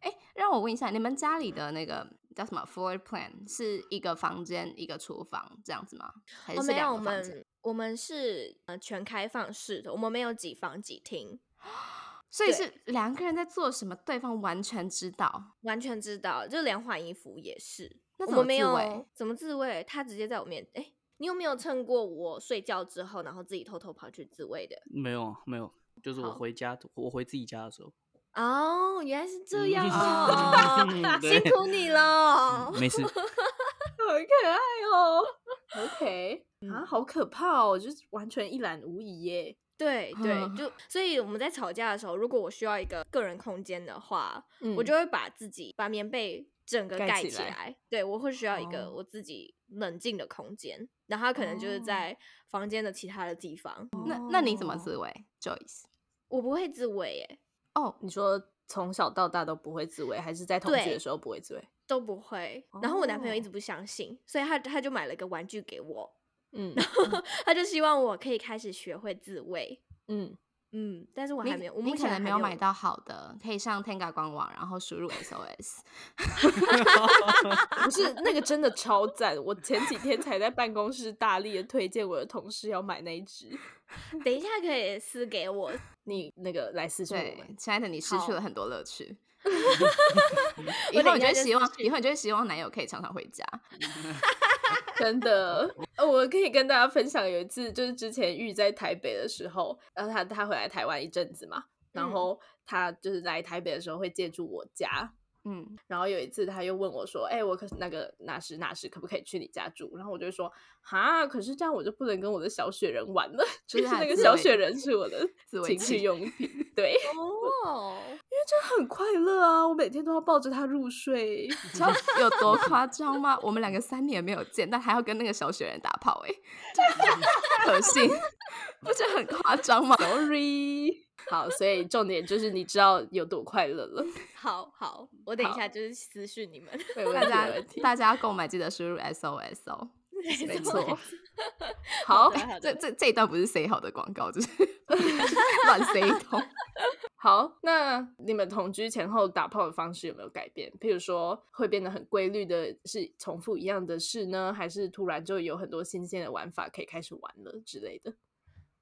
S3: 哎，让我问一下，你们家里的那个叫什么 floor plan 是一个房间一个厨房这样子吗？还
S1: 哦，
S3: 是是
S1: 没有，
S3: 两
S1: 我
S3: 个房间？
S1: 们我们是呃全开放式的，我们没有几房几厅，
S3: 所以
S1: 对
S3: 是两个人在做什么，对方完全知道。
S1: 完全知道，就连换衣服也是。
S3: 那
S1: 我
S3: 怎
S1: 们
S3: 么
S1: 没
S3: 自慰
S1: 有怎么自慰，他直接在我面，哎、你有没有趁过我睡觉之后，然后自己偷偷跑去自慰的？
S5: 没有啊 没有，就是我
S1: 好
S5: 回家，我回自己家的时候，
S1: 哦，原来是这样
S5: 嗯
S1: 哦，
S5: 嗯
S1: 辛
S5: 对
S1: 苦哦你喽。
S5: 没事，
S2: 好可爱哦。OK，啊，好可怕哦，就是完全一览无遗耶。
S1: 哦对 对，
S3: 嗯
S1: 就所以我们在吵架的时候，如果我需要一个个人空间的话，我
S2: 嗯
S1: 就会把自己把棉被整个
S2: 盖
S1: 盖
S2: 起
S1: 起
S2: 来
S1: 对我会需要一个
S3: 哦
S1: 我自己冷静的空间，然后它可能就是
S3: 哦
S1: 在房间的其他的地方。
S3: 那那你怎么
S2: 哦
S3: 自慰，Joyce？
S1: 我不会自慰，耶，
S3: 哦，
S2: 你说从小到大都不会自慰，还是在同居
S1: 对
S2: 的时候不会自慰？
S1: 都不会。然后我男朋友一
S2: 哦
S1: 直不相信，所以他他就买了个玩具给我，
S2: 嗯
S1: 他就希望我可以开始学会自慰。
S2: 嗯，
S1: 嗯，但是我
S3: 你
S1: 还没有，我目
S3: 你可
S1: 前还
S3: 能
S1: 没
S3: 没有买。到好的，可以上 Tenga 官网，然 后输入 SOS。
S2: 不是那个真的超赞，我前几天才在办公室大力的推荐我的同事要买那一只。
S1: 等一下可以私给我，
S2: 你那个来私信我
S3: 对
S2: 们，，
S3: 亲爱的，你失
S1: 好
S3: 去了很多 乐趣。 以
S1: 我
S3: 后
S1: 等
S3: 你
S1: 一下就
S3: 就会希
S1: 私
S3: 望，以后你就会希望男友可以常常回家。
S2: 真的， 呃我可以跟大家分享，有一次就是之前玉在台北的时候，然后他他回来台湾一阵子嘛，然
S1: 嗯
S2: 后他就是来台北的时候会借住我家，
S3: 嗯，
S2: 然后有一次他又问我说：“哎、我可是那个哪时哪时可不可以去你家住？”然后我就说：“哈，可是这样我就不能跟我的小雪人玩了，
S3: 这
S2: 就是是
S3: 他的
S2: 那个
S3: 自
S2: 小
S3: 慰
S2: 雪人是我的
S3: 自慰
S2: 情
S3: 器
S2: 趣用品，对， 因
S1: 哦，
S2: 为真的很快乐啊，我每天都要抱着它入 睡。
S3: 你知道有多夸张吗？我们两个三年没有见，但还要跟那个小雪人打炮、欸，哎，可信？不觉得很夸张吗？
S2: Sorry，好，所以重点就是你知道有多快乐了，
S1: 好好，我等一下就是私讯你们。
S2: 没问
S3: 大
S2: 题，
S3: 家
S2: 没问题，
S3: 大家购买记得输入 SOS 哦。
S2: 没
S1: 没
S2: 错。
S1: 好
S2: 好
S1: 的，好
S3: 这
S1: 的，
S3: 这这一段不是 say 好的广告， 就是乱 say 一通。
S2: 好，那你们同居前后打炮的方式有没有改变？譬如说，会变得很规律的，是重复一样的事呢，还是突然就有很多新鲜的玩法可以开始玩了之类的？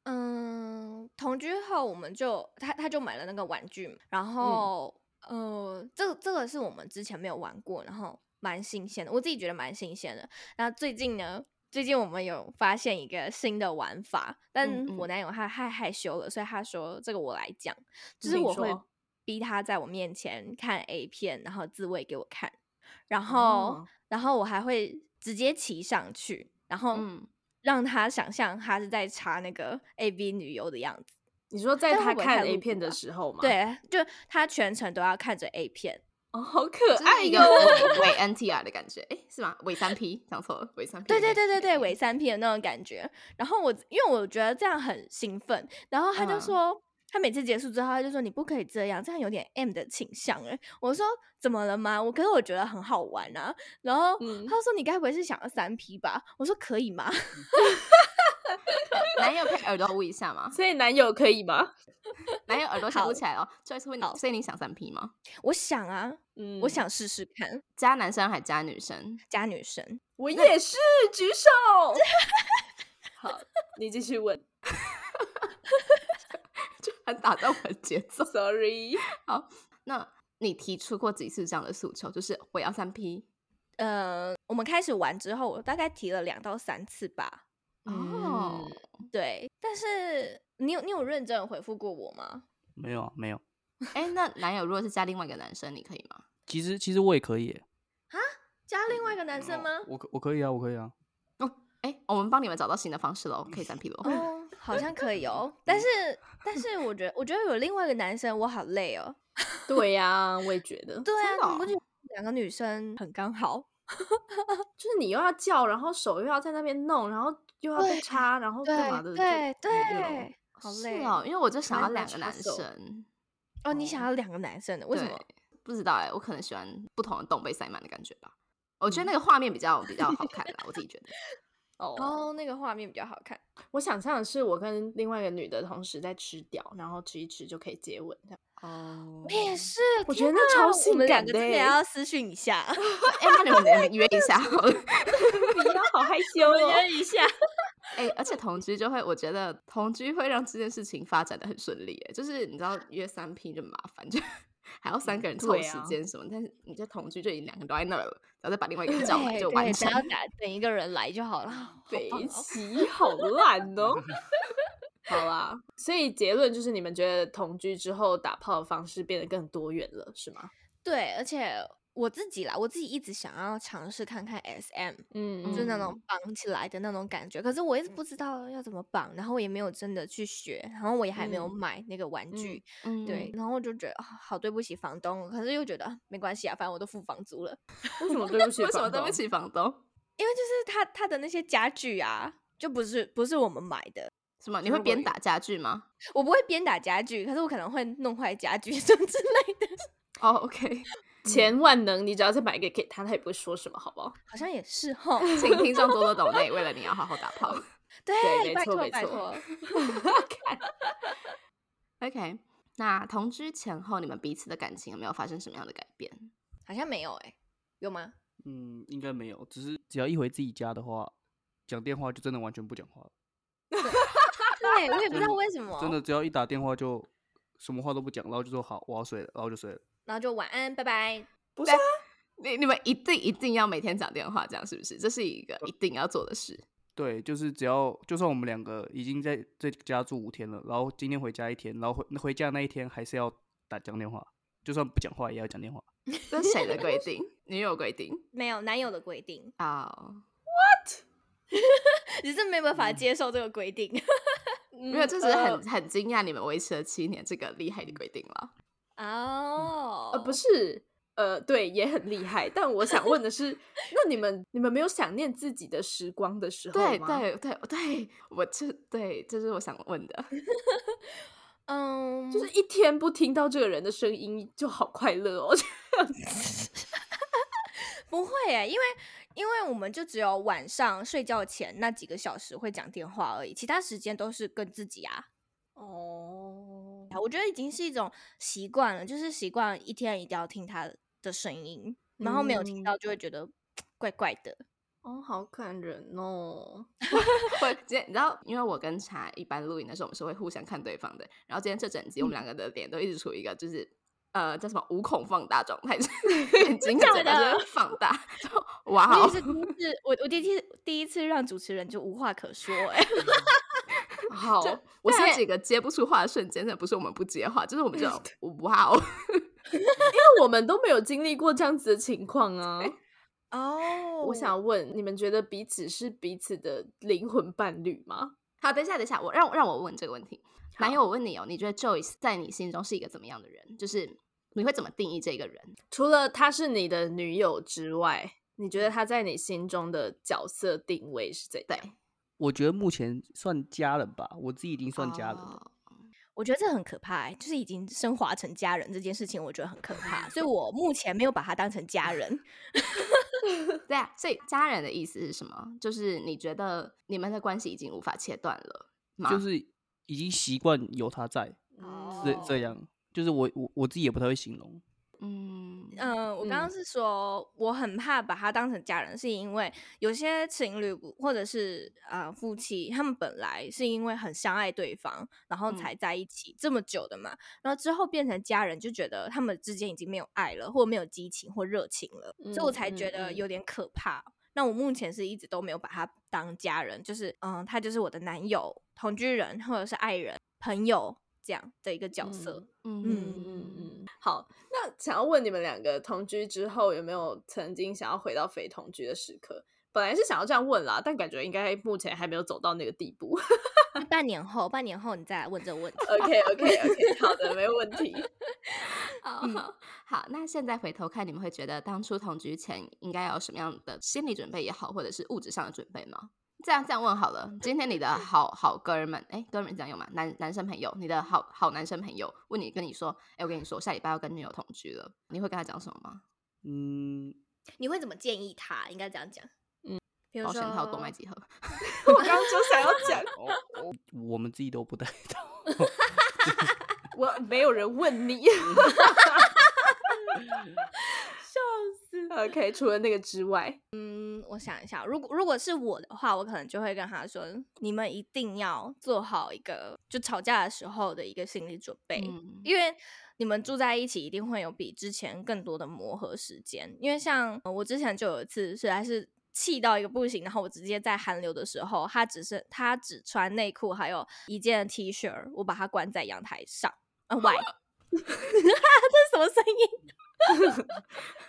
S1: 嗯，同居后我们就他他就买了那个玩具嘛，然后、呃，这个这个是我们之前没有玩过，然后蛮新鲜的，我自己觉得蛮新鲜的。那最近呢？最近我们有发现一个新的玩法，但
S3: 嗯
S1: 我男友他太害羞了，所以他说这个我来讲，就是
S2: 请
S1: 我会
S2: 说
S1: 逼他在我面前看 A 片，然后自慰给我看，然后、
S2: 哦
S1: 然后我还会直接骑上去，然后
S3: 嗯
S1: 让他想象他是在查那个 A V 女优的样子。
S2: 你说在
S1: 但会
S2: 他
S1: 不会
S2: 看
S1: 太露
S2: A
S1: 骨
S2: 片的
S1: 了
S2: 时候吗？，
S1: 对，就他全程都要看着 A 片。
S2: 哦，好可
S3: 这
S1: 哎
S2: 爱
S3: 是一个
S2: 哟、
S3: 伪伪 NTR 的感觉，哎，是吗？伪三 P 讲错了，伪三 P。
S1: 对对对对对，伪三 P 的那种感觉。然后我因为我觉得这样很兴奋，然后他就
S3: 嗯
S1: 说。他每次结束之后，他就说：“你不可以这样，这样有点 M 的倾向。”哎，我说：“怎么了吗？”我可是我觉得很好玩啊。然后、
S2: 嗯
S1: 他说：“你该不会是想要三 P 吧？”我说：“可以吗？”
S3: 男友可以耳朵捂一下吗？
S2: 所以男友可以吗？
S3: 男友耳朵想
S1: 好
S3: 不起来哦。Joyce 问
S1: 好
S3: 你，所以你想三 P 吗？
S1: 我想啊，
S2: 嗯
S1: 我，想试试看，
S3: 加男生还加女生？
S1: 加女生。
S2: 我也是，举手。好，你继续问。
S3: 就很打断我的节奏。
S2: Sorry，
S3: 那你提出过几次这样的诉求？就是我要三 P
S1: 呃，我们开始玩之后，我大概提了两到三次吧。
S3: 哦，
S1: 对，但是你有你有认真地回复过我吗？
S5: 没有啊没有。
S1: 嗯
S3: 哎、那男友如果是加另外一个男生，你可以吗？
S5: 其实其实我也可以耶，
S1: 加另外一个男生吗？
S5: 我可我可以啊，我可以啊。
S3: 哦，哎、我们帮你们找到新的方式喽，可以三 P 喽。
S1: 哦，好像可以哦。但是但是，我觉得我觉得有另外一个男生，我好累哦。
S2: 对呀、我也觉得。
S1: 对
S3: 真的
S1: 啊，
S3: 哦
S1: 你不觉得两个女生很刚好。
S2: 就是你又要叫，然后手又要在那边弄，然后又要被
S1: 对
S2: 插，然后干嘛的？就
S1: 对
S2: 很累
S1: 对， 好
S3: 是
S1: 累
S3: 哦，因为我就想
S2: 能
S3: 要
S2: 拿
S3: 两个
S2: 插
S3: 男
S2: 手
S3: 生，
S1: 哦，你想要两个男生的，为什
S3: 对
S1: 么？？
S3: 不知道哎、我可能喜欢不同的洞被塞满的感觉吧。我觉得
S1: 嗯
S3: 那个画面比较比较好看啦，我自己 觉得。
S1: 哦，那个画面比较好看。
S2: 我想象的是，我跟另外一个女的同时在吃屌，然后吃一吃就可以接吻，这样
S3: 哦
S1: 我也是，
S2: 我觉
S1: 天
S2: 得那
S1: 哪
S2: 超
S1: 我
S2: 性
S1: 们两
S2: 感
S1: 个
S2: 的
S1: 真的
S2: 欸
S1: 要私讯一下，
S3: 哎、那你们你们约一下好了。
S2: 你要好害羞哦
S1: 我们约一 下。
S3: 哎、而且同居就会，我觉得同居会让这件事情发展的很顺利、欸。就是你知道约三 P 就很麻烦，就还要三个人凑
S2: 对
S3: 时
S2: 啊
S3: 间什么，但是你在同居就已经两个人都在那儿了，然后再把另外一个人叫来
S1: 对
S3: 就
S1: 对
S3: 完
S1: 只
S3: 成。
S1: 要打等一个人来就好了。好
S2: 北
S1: 棒哦
S2: 齐好烂哦。 好啦，所以结论就是，你们觉得同居之后打炮的方式变得更多元了，是吗？
S1: 对，而且我自己啦，我自己一直想要尝试看看 SM，
S2: 嗯
S1: 就是那种绑起来的那种感觉。可是我一直不知道要怎么绑，然后我也没有真的去学，然后我也还没有
S2: 嗯
S1: 买那个玩具，
S3: 嗯
S1: 对，，然后我就觉得啊好对不起房东，可是又觉得啊没关系啊，反正我都付房租了，
S2: 为什么对不起？
S3: 为什么对不？起房东？
S1: 因为就是他他的那些家具啊，就不是不是我们买的，
S3: 什么？你会
S1: 如果
S3: 边
S1: 有
S3: 打家具吗？
S1: 我不会鞭打家具，可是我可能会弄坏家具 什么之类的，
S3: 哦，OK、o k
S2: 钱万能，你只要再买一个给他，他也不会说什么，好不好？
S1: 好像也是 哈，
S3: 请听众多多懂内，为了你要好好打炮。
S2: 对没
S1: 拜
S2: 错
S1: 托
S2: 没
S1: 拜
S2: 错
S1: 托，
S3: OK，那同居前后你们彼此的感情有没有发生什么样的改变？
S1: 好像没有哎、有吗？
S5: 嗯，应该没有，只是只要一回自己家的话，讲电话就真的完全不讲话了，
S1: 对，我也不知
S5: 真
S1: 道
S5: 的
S1: 为什么，
S5: 真的只要一打电话就什么话都不讲，然后就说好我要睡了，然后就睡了。
S1: 然后就晚安，拜拜。
S2: 不是啊，
S3: 你你们一定一定要每天讲电话，这样是不是？这是一个一定要做的事。
S5: 对，就是只要就算我们两个已经在这家住五天了，然后今天回家一天，然后回回家那一天还是要打讲电话，就算不讲话也要讲电话。
S3: 这是谁的规定？女友规定
S1: 没有男友的规定，
S3: 啊
S1: 只是没有办
S2: 嗯
S1: 法接受这个规定。
S3: 没有，这只是
S2: 呃
S3: 很很惊讶，你们维持了七年这个厉害的规定了。
S1: 哦、
S2: 呃，不，是，呃，对，也很厉害。但我想问的 是，那你们你们没有想念自己的时光的时候
S3: 对
S2: 吗？
S3: 对对对，我这对这是我想问的。
S1: 嗯，
S2: 就是一天不听到这个人的声音就好快乐哦。
S1: 不会诶，因为因为我们就只有晚上睡觉前那几个小时会讲电话而已，其他时间都是跟自己啊。
S2: 哦，
S1: 我觉得已经是一种习惯了，就是习惯一天一定要听他的声音，然后没有听到
S2: 嗯
S1: 就会觉得怪怪的。
S2: 哦，好感人哦。
S3: 会，今天你知道，因为我跟茶一般录影的时候，我们是会互相看对方的。然后今天这整集，我们两个的脸都一直处于一个就是呃叫什么无孔放大状态， 就是眼睛跟嘴巴就是放大， 就
S2: 啊
S3: 哇
S1: 我
S3: 哦
S1: 也，是第一次，我我第一次第一次让主持人就无话可说 诶。
S2: 好，
S3: 我
S2: 我现
S3: 现在
S2: 在
S3: 几个接不出话的瞬间，那不是我们不接话，就是我们就哇哦，
S2: 我们都没有经历过这样子的情况啊。
S1: 哦
S2: 我想问，你们觉得彼此是彼此的灵魂伴侣吗？
S3: 好，等一下，等一下，我让让我问这个问题。男友，我问你哦，你觉得 Joyce 在你心中是一个怎么样的人？就是你会怎么定义这个人？
S2: 除了她是你的女友之外，你觉得她在你心中的角色定位是怎
S3: 对
S2: 样？，
S5: 我觉得目前算家人吧，我自己已经算家人了。
S3: 哦
S1: 我觉得这很可怕、欸，就是已经升华成家人这件事情，我觉得很可怕，所以我目前没有把他当成家人。
S3: 对啊，所以家人的意思是什么？就是你觉得你们的关系已经无法切断了吗？
S5: 就是已经习惯有他在，这
S1: 哦
S5: 这
S2: 嗯
S5: 样，就是我我我自己也不太会形容。
S3: 嗯，
S1: 嗯，我刚刚
S2: 嗯
S1: 是说我很怕把他当成家人，是因为有些情侣不或者是啊、呃夫妻，他们本来是因为很相爱对方，然后
S3: 嗯
S1: 才在一起、这么久的嘛，然后之后变成家人，就觉得他们之间已经没有爱了，或没有激情或热情了，所以我
S2: 嗯
S1: 才觉
S2: 嗯
S1: 得
S2: 嗯
S1: 有点可怕。那我目前是一直都没有把他当家人，就是嗯，他就是我的男友、同居人或者是爱人、朋友这样的一个角色。
S3: 嗯
S2: 嗯嗯嗯，好，那想要问你们两个同居之后有没有曾经想要回到非同居的时刻？本来是想要这样问啦，但感觉应该目前还没有走到那个地步。
S1: 那 半年后，半年后你再来问这个问题。
S2: OK OK OK，好的，没有问题。
S3: 啊 好好，那现在回头看，你们会觉得当初同居前应该要有什么样的心理准备也好，或者是物质上的准备吗？这样这样问好了，今天你的好好哥们，哎，哥们这样用吗？男男生朋友，你的好好男生朋友问你跟你说，哎，我跟你说，我下礼拜要跟女友同居了，你会跟他讲什么吗？
S5: 嗯，
S1: 你会怎么建议他？应该这样讲，
S6: 嗯，
S1: 比如
S3: 保
S1: 说
S3: 险套多买几盒，
S2: 我刚刚就想要讲，
S5: 哦 哦我们自己都不带套。
S2: 我没有人问你，
S6: 笑死！
S2: OK，除了那个之外，
S1: 嗯我想一下，如果如果是我的话，我可能就会跟他说，你们一定要做好一个就吵架的时候的一个心理准备，
S3: 嗯，
S1: 因为你们住在一起，一定会有比之前更多的磨合时间。因为像呃我之前就有一次，实在是气到一个不行，然后我直接在寒流的时候，他只是他只穿内裤，还有一件 T 恤儿，我把他关在阳台上， 呃， 外这是什么声音？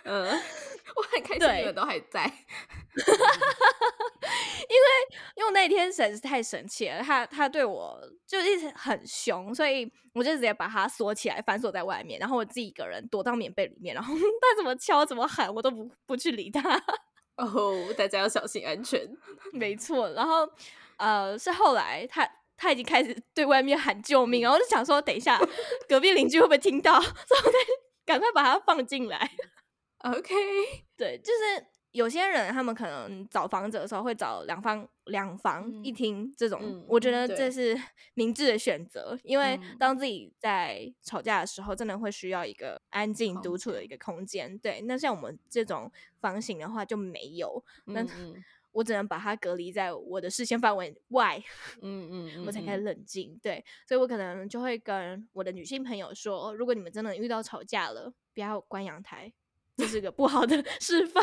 S2: 嗯、
S3: 呃 我很开心你
S1: 对
S3: 们都还在，
S1: 因为那天实在是太生气了，他他对我就一直很凶，所以我就直接把他锁起来，反锁在外面，然后我自己一个人躲到棉被里面，然后 他怎么敲怎么喊，我都不不去理他。
S2: 哦，大家要小心安全。
S1: 没错，然后呃，是后来他他已经开始对外面喊救命，然后我就想说，等一下隔壁邻居会不会听到， 所以我再赶快把他放进来。
S2: OK，
S1: 对，就是有些人他们可能找房子的时候会找两房两房一
S3: 嗯
S1: 厅这种，
S2: 嗯
S1: 我觉得
S2: 对
S1: 这是 明智的选择，因为
S3: 嗯
S1: 当自己在吵架的时候，真的会需要一个安静
S3: 空
S1: 独处的一个空间。对，那像我们这种房型的话就没有，那
S2: 嗯嗯
S1: 我只能把它隔离在我的视线范围外，
S2: 嗯嗯，
S1: 我才
S2: 嗯
S1: 开始冷静。对，所以我可能就会跟我的女性朋友说，哦如果你们真的遇到吵架了，不要关阳台，这是个不好的 示范。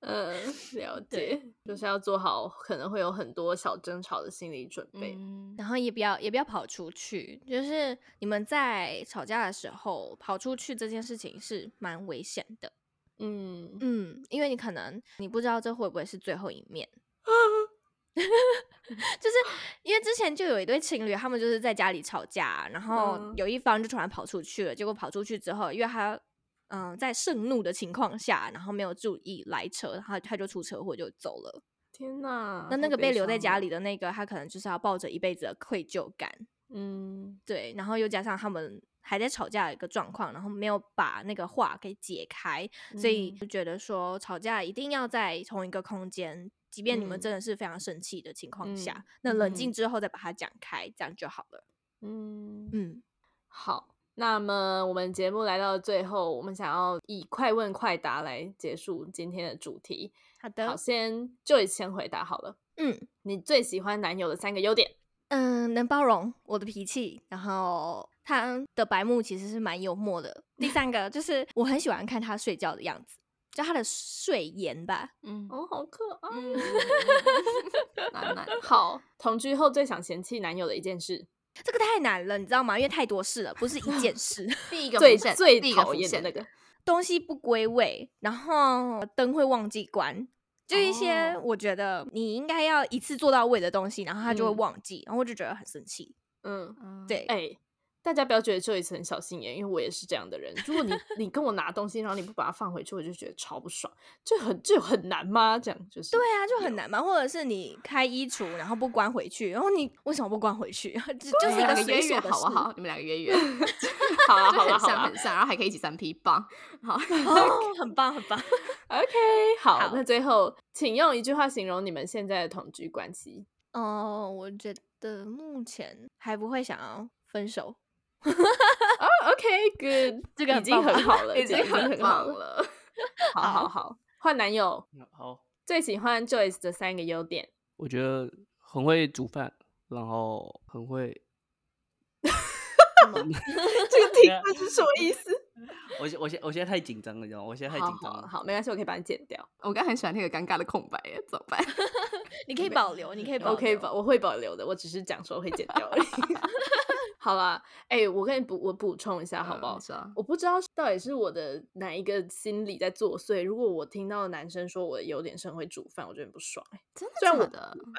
S2: 嗯，了
S1: 对
S2: 解，就是要做好可能会有很多小争吵的心理准备。
S3: 嗯，
S1: 然后也不要也不要跑出去，就是你们在吵架的时候跑出去这件事情是蛮危险的。
S2: 嗯，
S1: 嗯，因为你可能你不知道这会不会是最后一 面。 就是因为之前就有一对情侣，他们就是在家里吵架，然后
S2: 嗯
S1: 有一方就突然跑出去了，结果跑出去之后，因为他嗯、呃在盛怒的情况下，然后没有注意来车，然后他就出车祸就走了。
S2: 天哪，
S1: 那那
S2: 啊太
S1: 个被
S2: 悲
S1: 留在
S2: 伤
S1: 家
S2: 了
S1: 里，的那个，他可能就是要抱着一辈子的愧疚感，
S2: 嗯
S1: 对，然后又加上他们还在吵架的一个状况，然后没有把那个话给解开，所以
S2: 嗯
S1: 就觉得说吵架一定要在同一个空间，即便你们
S2: 嗯
S1: 真的是非常生气的情况下，
S2: 嗯
S1: 那冷
S2: 嗯
S1: 静之后再把它讲开，这样就好了。
S2: 嗯，
S1: 嗯，
S2: 好。那么我们节目来到最后，我们想要以快问快答来结束今天的主题。
S1: 好
S2: 好，
S1: 的，
S2: 先就先回答好了。
S1: 嗯
S2: 你最喜欢男友的三个优点？
S1: 嗯，能包容我的脾气，然后他的白目其实是蛮幽默 的。第三个就是我很喜欢看他睡觉的样子，就他的睡颜吧。
S3: 嗯，
S2: 哦，好可爱。
S3: 嗯 暖暖，
S2: 好，同居后最想嫌弃男友的一件事，
S1: 这个太难了，你知道吗？因为太多事了，不是一件事。
S3: 第一个
S2: 最
S3: 浮现
S2: 最
S3: 第一个
S2: 讨
S3: 浮
S2: 厌的
S3: 现
S2: 那个。
S1: 东西不归位，然后灯会忘记关，就一些
S2: 哦
S1: 我觉得你应该要一次做到位的东西，然后他就会
S2: 嗯
S1: 忘记，然后我就觉得很生气。
S2: 嗯，
S3: 嗯
S1: 对，
S2: 哎、大家不要觉得这一次很小心眼，因为我也是这样的人。如果你你跟我拿东西，然后你不把它放回去，我就觉得超不爽。这很这很难吗？这样就是
S1: 对啊，就很难嘛。或者是你开衣橱，然后不关回去，然后你为什么不关回去？ 这就
S3: 就是是
S1: 一
S3: 一
S1: 个
S3: 个
S1: 随
S3: 约约
S1: 手的
S3: 好不
S1: 事
S3: 好？你们两个约约，啊
S2: 好啦
S3: 就
S2: 好啦好
S3: 很像
S2: 啦
S3: 很像，然后还可以一起三 P 棒，好，
S1: 哦， 很棒，很棒。
S2: ，OK，好，
S1: 好
S2: 那最后请用一句话形容你们现在的同居关系。
S1: 哦，我觉得目前还不会想要分手。
S2: 哦、o k g o o d
S1: 这个很
S2: 已经
S1: 棒吧
S2: 很好了，
S3: 已
S2: 这
S3: 经
S2: 个已经
S3: 很
S2: 很好
S3: 棒
S2: 了。
S3: 了。
S2: 好好好，换男友
S5: 好，
S2: 最喜欢 Joyce 的三个优点。
S5: 我觉得很会煮饭，然后很会，
S2: 这个
S5: 啊
S2: 停顿是什么意思？
S5: 我现我现我现在太紧张了，你知道吗？我现在太
S2: 好
S5: 紧张
S2: 好
S5: 了。
S2: 好，没关系，我可以把你剪掉。
S3: 我刚很喜欢那个尴尬的空白耶，怎么办？
S1: 你可以保留，你可以保
S2: 我
S1: 留。
S2: 可以保，我会保留的，我只是讲说会剪掉而已。 好啦，哎、我跟你补，我补充一下好不好？
S1: 嗯
S3: 是啊，
S2: 我不知道到底是我的哪一个心理在作祟。如果我听到男生说我有点生会煮饭，我就很不爽、欸。
S3: 真的
S2: 虽然
S3: 假
S2: 我
S3: 的？
S1: 为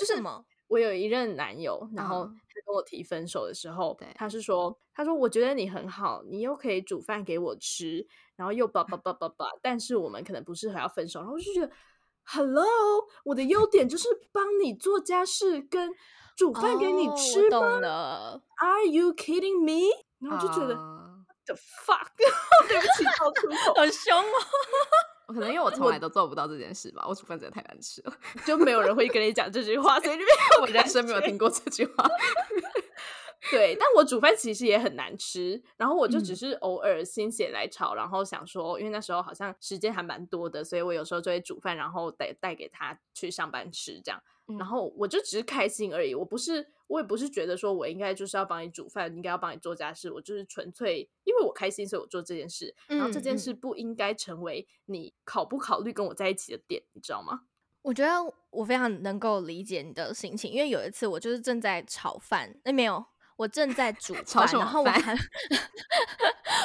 S2: 就是
S1: 什么？
S2: 我有一任男友，然后
S3: 嗯
S2: 他跟我提分手的时候，
S3: 对
S2: 他是说，他说我觉得你很好，你又可以煮饭给我吃，然后又叭叭叭叭叭，但是我们可能不适合要分手。然后我就觉得，Hello，我的优点就是帮你做家事跟煮饭给你
S1: 哦
S2: 吃
S1: 我
S2: 吗、
S1: 懂了。
S2: a r e you kidding me？然后我就觉得、
S3: 啊
S2: the fuck，对 不起，爆粗口，
S1: 好凶哦！
S3: 我可能因为我从来都做不到这件事吧，我煮饭真的太难吃了，
S2: 就没有人会跟你讲这句话，所以 你
S3: 我人生没有听过这句话。
S2: 对，但我煮饭其实也很难吃，然后我就只
S3: 嗯
S2: 是偶尔心血来潮，然后想说，因为那时候好像时间还蛮多的，所以我有时候就会煮饭，然后带带给他去上班吃这样。
S3: 嗯
S2: 然后我就只是开心而已，我不是，我也不是觉得说我应该就是要帮你煮饭，应该要帮你做家事，我就是纯粹因为我开心，所以我做这件事。然后这
S1: 嗯
S2: 件
S3: 嗯
S2: 事不应该成为你考不考虑跟我在一起的点，你知道吗？
S1: 我觉得我非常能够理解你的心情，因为有一次我就是正在炒饭，那没有，我正在煮
S3: 炒
S1: 饭，
S3: 什
S1: 然
S3: 么
S1: 后我
S3: 饭
S1: 还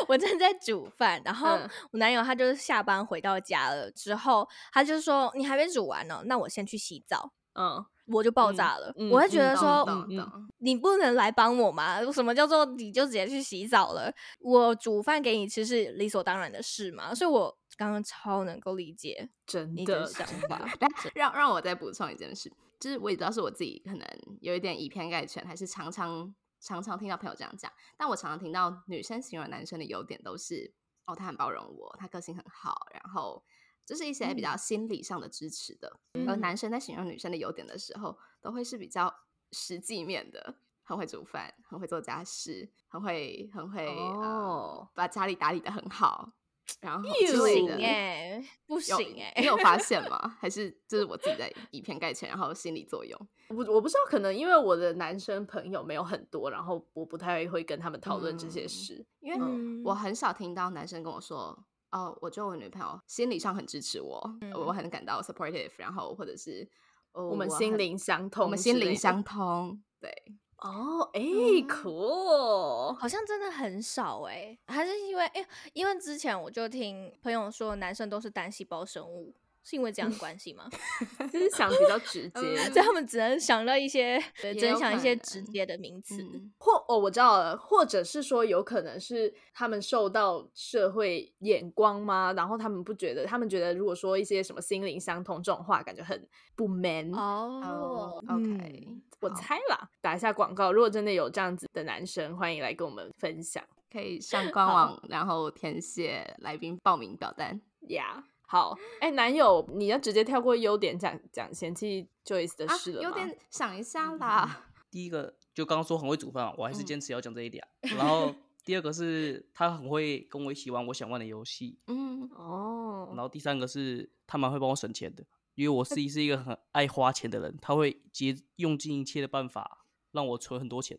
S1: 我正在煮饭，然后
S2: 嗯
S1: 我男友他就是下班回到家了之后，他就说你还没煮完呢，那我先去洗澡。
S2: 嗯，
S1: 我就爆
S2: 嗯
S1: 炸了，
S2: 嗯
S1: 我会觉
S2: 嗯
S1: 得说，
S3: 懂
S2: 嗯
S3: 懂懂
S1: 你不能来帮我吗？什么叫做你就直接去洗澡了？我煮饭给你吃是理所当然的事嘛，所以我刚刚超能够理解
S2: 真
S1: 你
S2: 的
S1: 的想法。
S3: 来让让我再补充一件事，就是我也知道是我自己可能有一点以偏概全，还是常常常常听到朋友这样讲。但我常常听到女生形容男生的优点都是哦，他很包容我，他个性很好，然后就是一些比较心理上的支持的。而
S2: 嗯
S3: 男生在形容女生的优点的时候，都会是比较实际面的。很会煮饭，很会做家事，很会很会呃
S2: 哦
S3: 把家里打理的很好， 然后
S1: 不
S3: 之类
S1: 行
S3: 的。
S1: 哎、不
S3: 有
S1: 行哎、
S3: 你有发现吗？ 还是就是我自己在以偏概全，然后心理作用？
S2: 我我不知道，可能因为我的男生朋友没有很多，然后我不太会跟他们讨论这些
S3: 嗯
S2: 事。
S3: 因为
S1: 嗯
S3: 我很少听到男生跟我说，哦，我觉得我女朋友心理上很支持我，我很感到 supportive，然后或者是、哦、
S2: 我们
S3: 很
S2: 心灵相通，
S3: 我们心灵相通，对，
S2: 哦，哎、
S1: 嗯
S2: 可哦，
S1: 好像真的很少哎、还是因为哎、因为之前我就听朋友说男生都是单细胞生物，是因为这样的关系吗？
S2: 就是想比较直接
S3: 嗯。
S1: 所以他们只能想到一些，对
S3: 也
S1: 只能
S3: 有
S1: 想一
S3: 可
S1: 些直
S3: 能
S1: 接的名词。
S3: 嗯，
S2: 或哦，我知道了，或者是说，有可能是他们受到社会眼光吗？然后他们不觉得，他们觉得如果说一些什么心灵相通这种话，感觉很不 man。
S1: 哦
S3: 嗯哦、o k
S1: 嗯
S2: 我猜啦，打一下广告。如果真的有这样子的男生，欢迎来跟我们分享。
S3: 可以上官
S1: 好
S3: 网，然后填写来宾报名表单。
S2: 呀、好，哎、男友，你要直接跳过优点讲讲嫌弃 Joyce 的
S3: 啊
S2: 事，了
S3: 有
S2: 吗？
S3: 点想一下啦，
S5: 第一个就刚刚说很会煮饭嘛，我还是
S3: 嗯
S5: 坚持要讲这一点啊。然后第二个是他很会跟我一起玩我想玩的游戏，
S3: 嗯，
S2: 哦
S5: 然后第三个是他蛮会帮我省钱的，因为我自己是一个很爱花钱的人，他会竭用尽一切的办法让我存很多钱。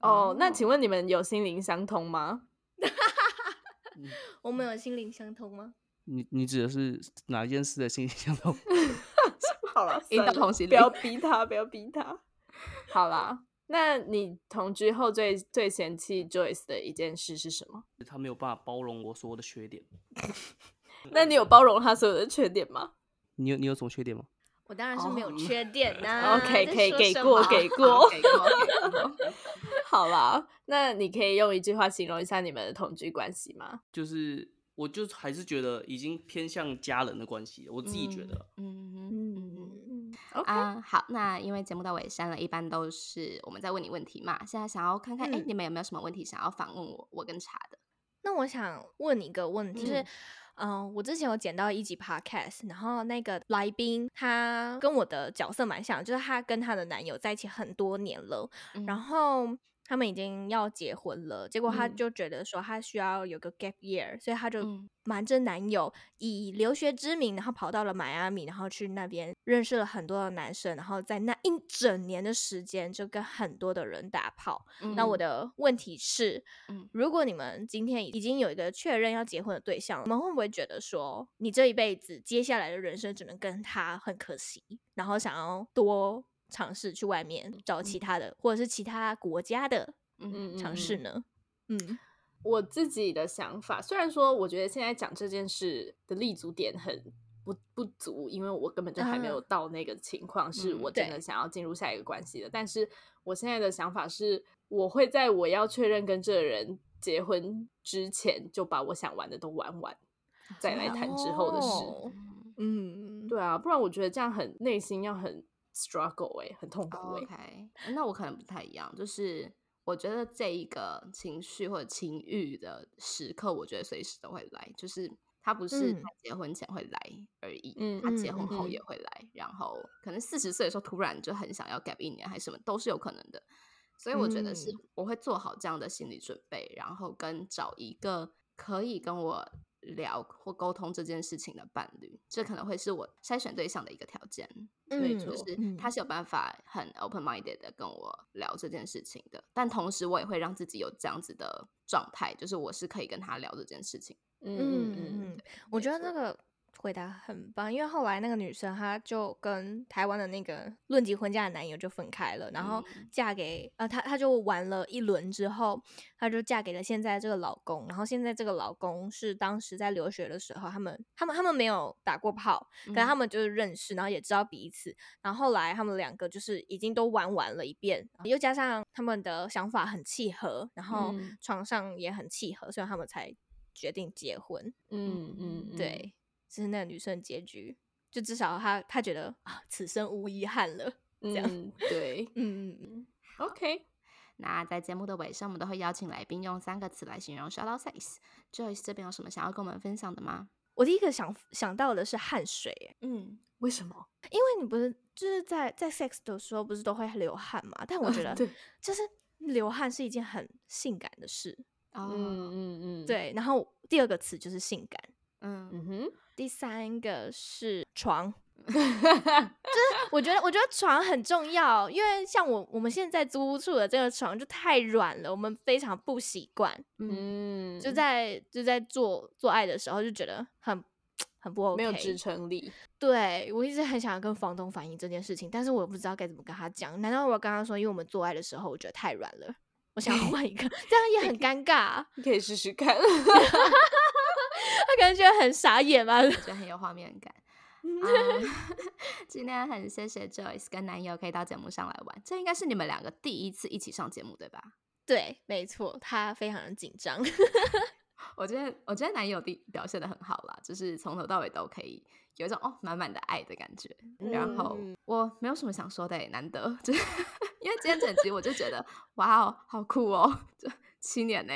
S2: 哦，那请问你们有心灵相通吗？
S1: 我们有心灵相通吗？
S5: 你你指的是哪一件事的心理相通？
S2: 好了，
S3: 引
S2: 算
S3: 导
S2: 了
S3: 同行
S2: 不要
S3: 力
S2: 逼他，不要逼他。 好啦，那你同居后最最嫌弃 Joyce 的一件事是什么？
S5: 他没有办法包容我所有的缺点。
S2: 那你有包容他所有的缺点吗
S5: 你有你有什么缺点吗？
S1: 我当然是没有
S3: 哦
S1: 缺点呐、
S2: ？OK，
S1: 在
S2: 可以
S1: 说
S2: 给
S1: 什
S2: 过，
S1: 么
S2: 给
S3: 嗯好
S2: 过。
S3: 给过，给过。
S2: 好啦，那你可以用一句话形容一下你们的同居关系吗？
S5: 就是我就还是觉得已经偏向家人的关系了，我自己觉得啦。
S3: 嗯，嗯哼嗯哼。
S2: 嗯，OK，
S3: 啊、好，那因为节目到尾声了，一般都是我们在问你问题嘛。现在想要看看，哎、
S1: 嗯
S3: 你们有没有什么问题想要反问我？我跟茶的，
S1: 那我想问你一个问题，就是，嗯、我之前有剪到一集 podcast，然后那个来宾她跟我的角色蛮像，就是她跟她的男友在一起很多年了，然
S3: 后
S1: 后他们已经要结婚了，结果她
S3: 嗯
S1: 就觉得说她需要有个 gap year，所以她就
S3: 嗯
S1: 瞒着男友以留学之名，然后跑到了迈阿密，然后去那边认识了很多的男生，然后在那一整年的时间就跟很多的人打炮。那
S2: 嗯
S1: 我
S3: 的
S1: 的问题是，
S3: 嗯
S1: 如果你们今天已经有一个确认要结婚的对象，你们会不会觉得说，你这一辈子接下来的人生只能跟他，很可惜，然后想要多尝试去外面找
S2: 嗯
S1: 其他的，或者是其他国家的
S3: 嗯
S1: 尝试呢？嗯，
S2: 我自己的想法，虽然说我觉得现在讲这件事的立足点很不不足，因为我根本就还没有
S1: 嗯
S2: 到那个情况，是
S3: 嗯
S2: 我真的
S1: 对
S2: 想要进入下一个关系的。但是我现在的想法是，我会在我要确认跟这个人结婚之前，就把我想玩的都玩完，再来谈之后的事。
S1: 哦嗯，
S2: 对啊，不然我觉得这样很内心要很 struggle 哎、很痛
S1: 哦
S2: 苦哎、
S3: 哦 OK，那我可能不太一样，就是我觉得这一个情绪或者情欲的时刻，我觉得随时都会来，就是他不是
S1: 嗯
S3: 他结婚前会来而已，
S2: 嗯
S3: 他结
S1: 嗯
S3: 婚后
S2: 嗯
S3: 也会来，然后可能四十岁的时候突然就很想要 gap 一年还是什么，都是有可能的。所以我觉得是
S1: 嗯
S3: 我会做好这样的心理准备，然后跟找一个可以跟我聊或沟通这件事情的伴侣，这可能会是我筛选对象的一个条件。
S2: 没
S1: 嗯
S2: 错
S3: 就是他是有办法很 open minded 的跟我聊这件事情的，但同时我也会让自己有这样子的状态，就是我是可以跟他聊这件事情。
S2: 嗯嗯嗯，
S1: 嗯嗯，我觉得
S3: 错
S1: 这个回答很棒，因为后来那个女生她就跟台湾的那个论及婚嫁的男友就分开了，然后
S2: 嗯
S1: 嫁给、呃她她就玩了一轮之后，她就嫁给了现在这个老公，然后现在这个老公是当时在留学的时候，他们他们他们没有打过炮，可是他
S3: 嗯
S1: 们就是认识，然后也知道彼此，然后后来他们两个就是已经都玩完了一遍，又加上他们的想法很契合，然后
S2: 嗯
S1: 床上也很契合，所以他们才决定结婚。
S2: 嗯嗯，嗯，
S1: 对，这是那个女生的结局，就至少她她觉得啊，此生无遗憾了。这样
S2: 嗯对
S1: 嗯嗯
S2: ，OK，
S3: 那在节目的尾声，我们都会邀请来宾用三个词来形容 shout out sex。Joyce 这边有什么想要跟我们分享的吗？
S1: 我第一个想想到的是汗水，欸
S3: 嗯，
S2: 为什么？
S1: 因为你不是就是在在 sex 的时候不是都会流汗嘛？但我觉得
S2: 啊对，
S1: 就是流汗是一件很性感的事，
S3: 哦，
S2: 嗯嗯嗯，，
S1: 对。然后第二个词就是性感，
S3: 嗯，
S2: 嗯哼，
S1: 第三个是床。 就是我觉得，我觉得床很重要，因为像我我们现在租屋处的这个床就太软了，我们非常不习惯。
S2: 嗯，
S1: 就在就在做做爱的时候就觉得很很不 OK，
S2: 没有支撑力，
S1: 对我一直很想要跟房东反映这件事情，但是我又不知道该怎么跟他讲。难道我要跟他说，因为我们做爱的时候我觉得太软了，我想要换一个， 这样也很尴尬，啊
S2: 你可以试试看。
S1: 他可能觉得很傻眼吧。
S3: 我觉得很有画面感。啊 今天很谢谢 Joyce 跟男友可以到节目上来玩，这应该是你们两个第一次一起上节目对吧？
S1: 对，没错，他非常的紧张。
S3: 我觉得，我觉得男友的表现的很好啦，就是从头到尾都可以有一种哦满满的爱的感觉。
S2: 嗯
S3: 然后我没有什么想说的欸，难得， 就是因为今天整集我就觉得哇哦，好酷哦， 这七年呢、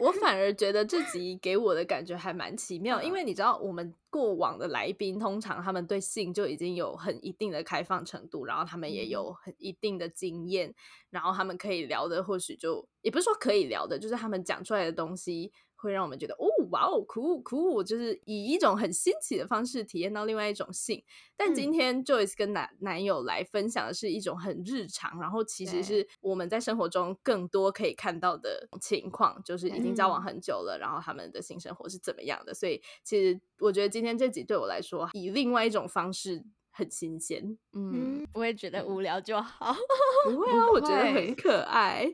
S2: 我我反而觉得这集给我的感觉还蛮奇妙，因为你知道，我们过往的来宾通常他们对性就已经有很一定的开放程度，然后他们也有很一定的经验，然后他们可以聊的或许就也不是说可以聊的，就是他们讲出来的东西会让我们觉得哦哇哦酷酷，就是以一种很新奇的方式体验到另外一种性。但今天 Joyce 跟男男友来分享的是一种很日常，然后其实
S3: 对
S2: 是我们在生活中更多可以看到的情况，就是已经交
S3: 嗯
S2: 往很久了，然后他们的性生活是怎么样的。所以其实我觉得今天这集对我来说，以另外一种方式很新鲜。
S3: 嗯，
S1: 嗯，不会觉得无聊就好。
S2: 不会啊，我觉得
S3: 哦会
S2: 很可爱。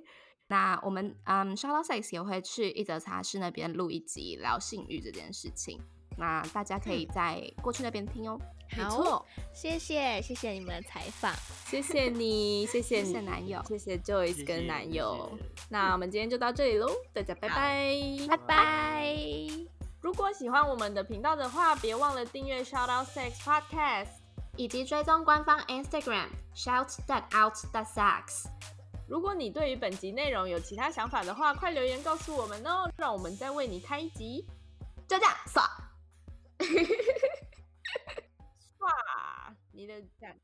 S3: 那我们嗯 s h o u t Out Sex 也会去一则茶室那边录一集聊性欲这件事情，那大家可以在过去那边听哦。没
S1: 好
S3: 错，，
S1: 谢谢谢谢你们的采访，
S2: 谢谢你，谢谢
S3: 谢
S2: 你，
S3: 谢男友，
S2: 谢谢 Joyce 跟男友。那我们今天就到这里喽，大家拜
S3: 好
S2: 拜。
S1: 拜拜。
S6: 如果喜欢我们的频道的话，别忘了订阅 Shout Out Sex Podcast。
S4: 以及追踪官方 Instagram shout that out that sucks。
S6: 如果你对于本集内容有其他想法的话，快留言告诉我们哦，让我们再为你开一集。
S4: 就这样，爽。
S6: 哇，你的感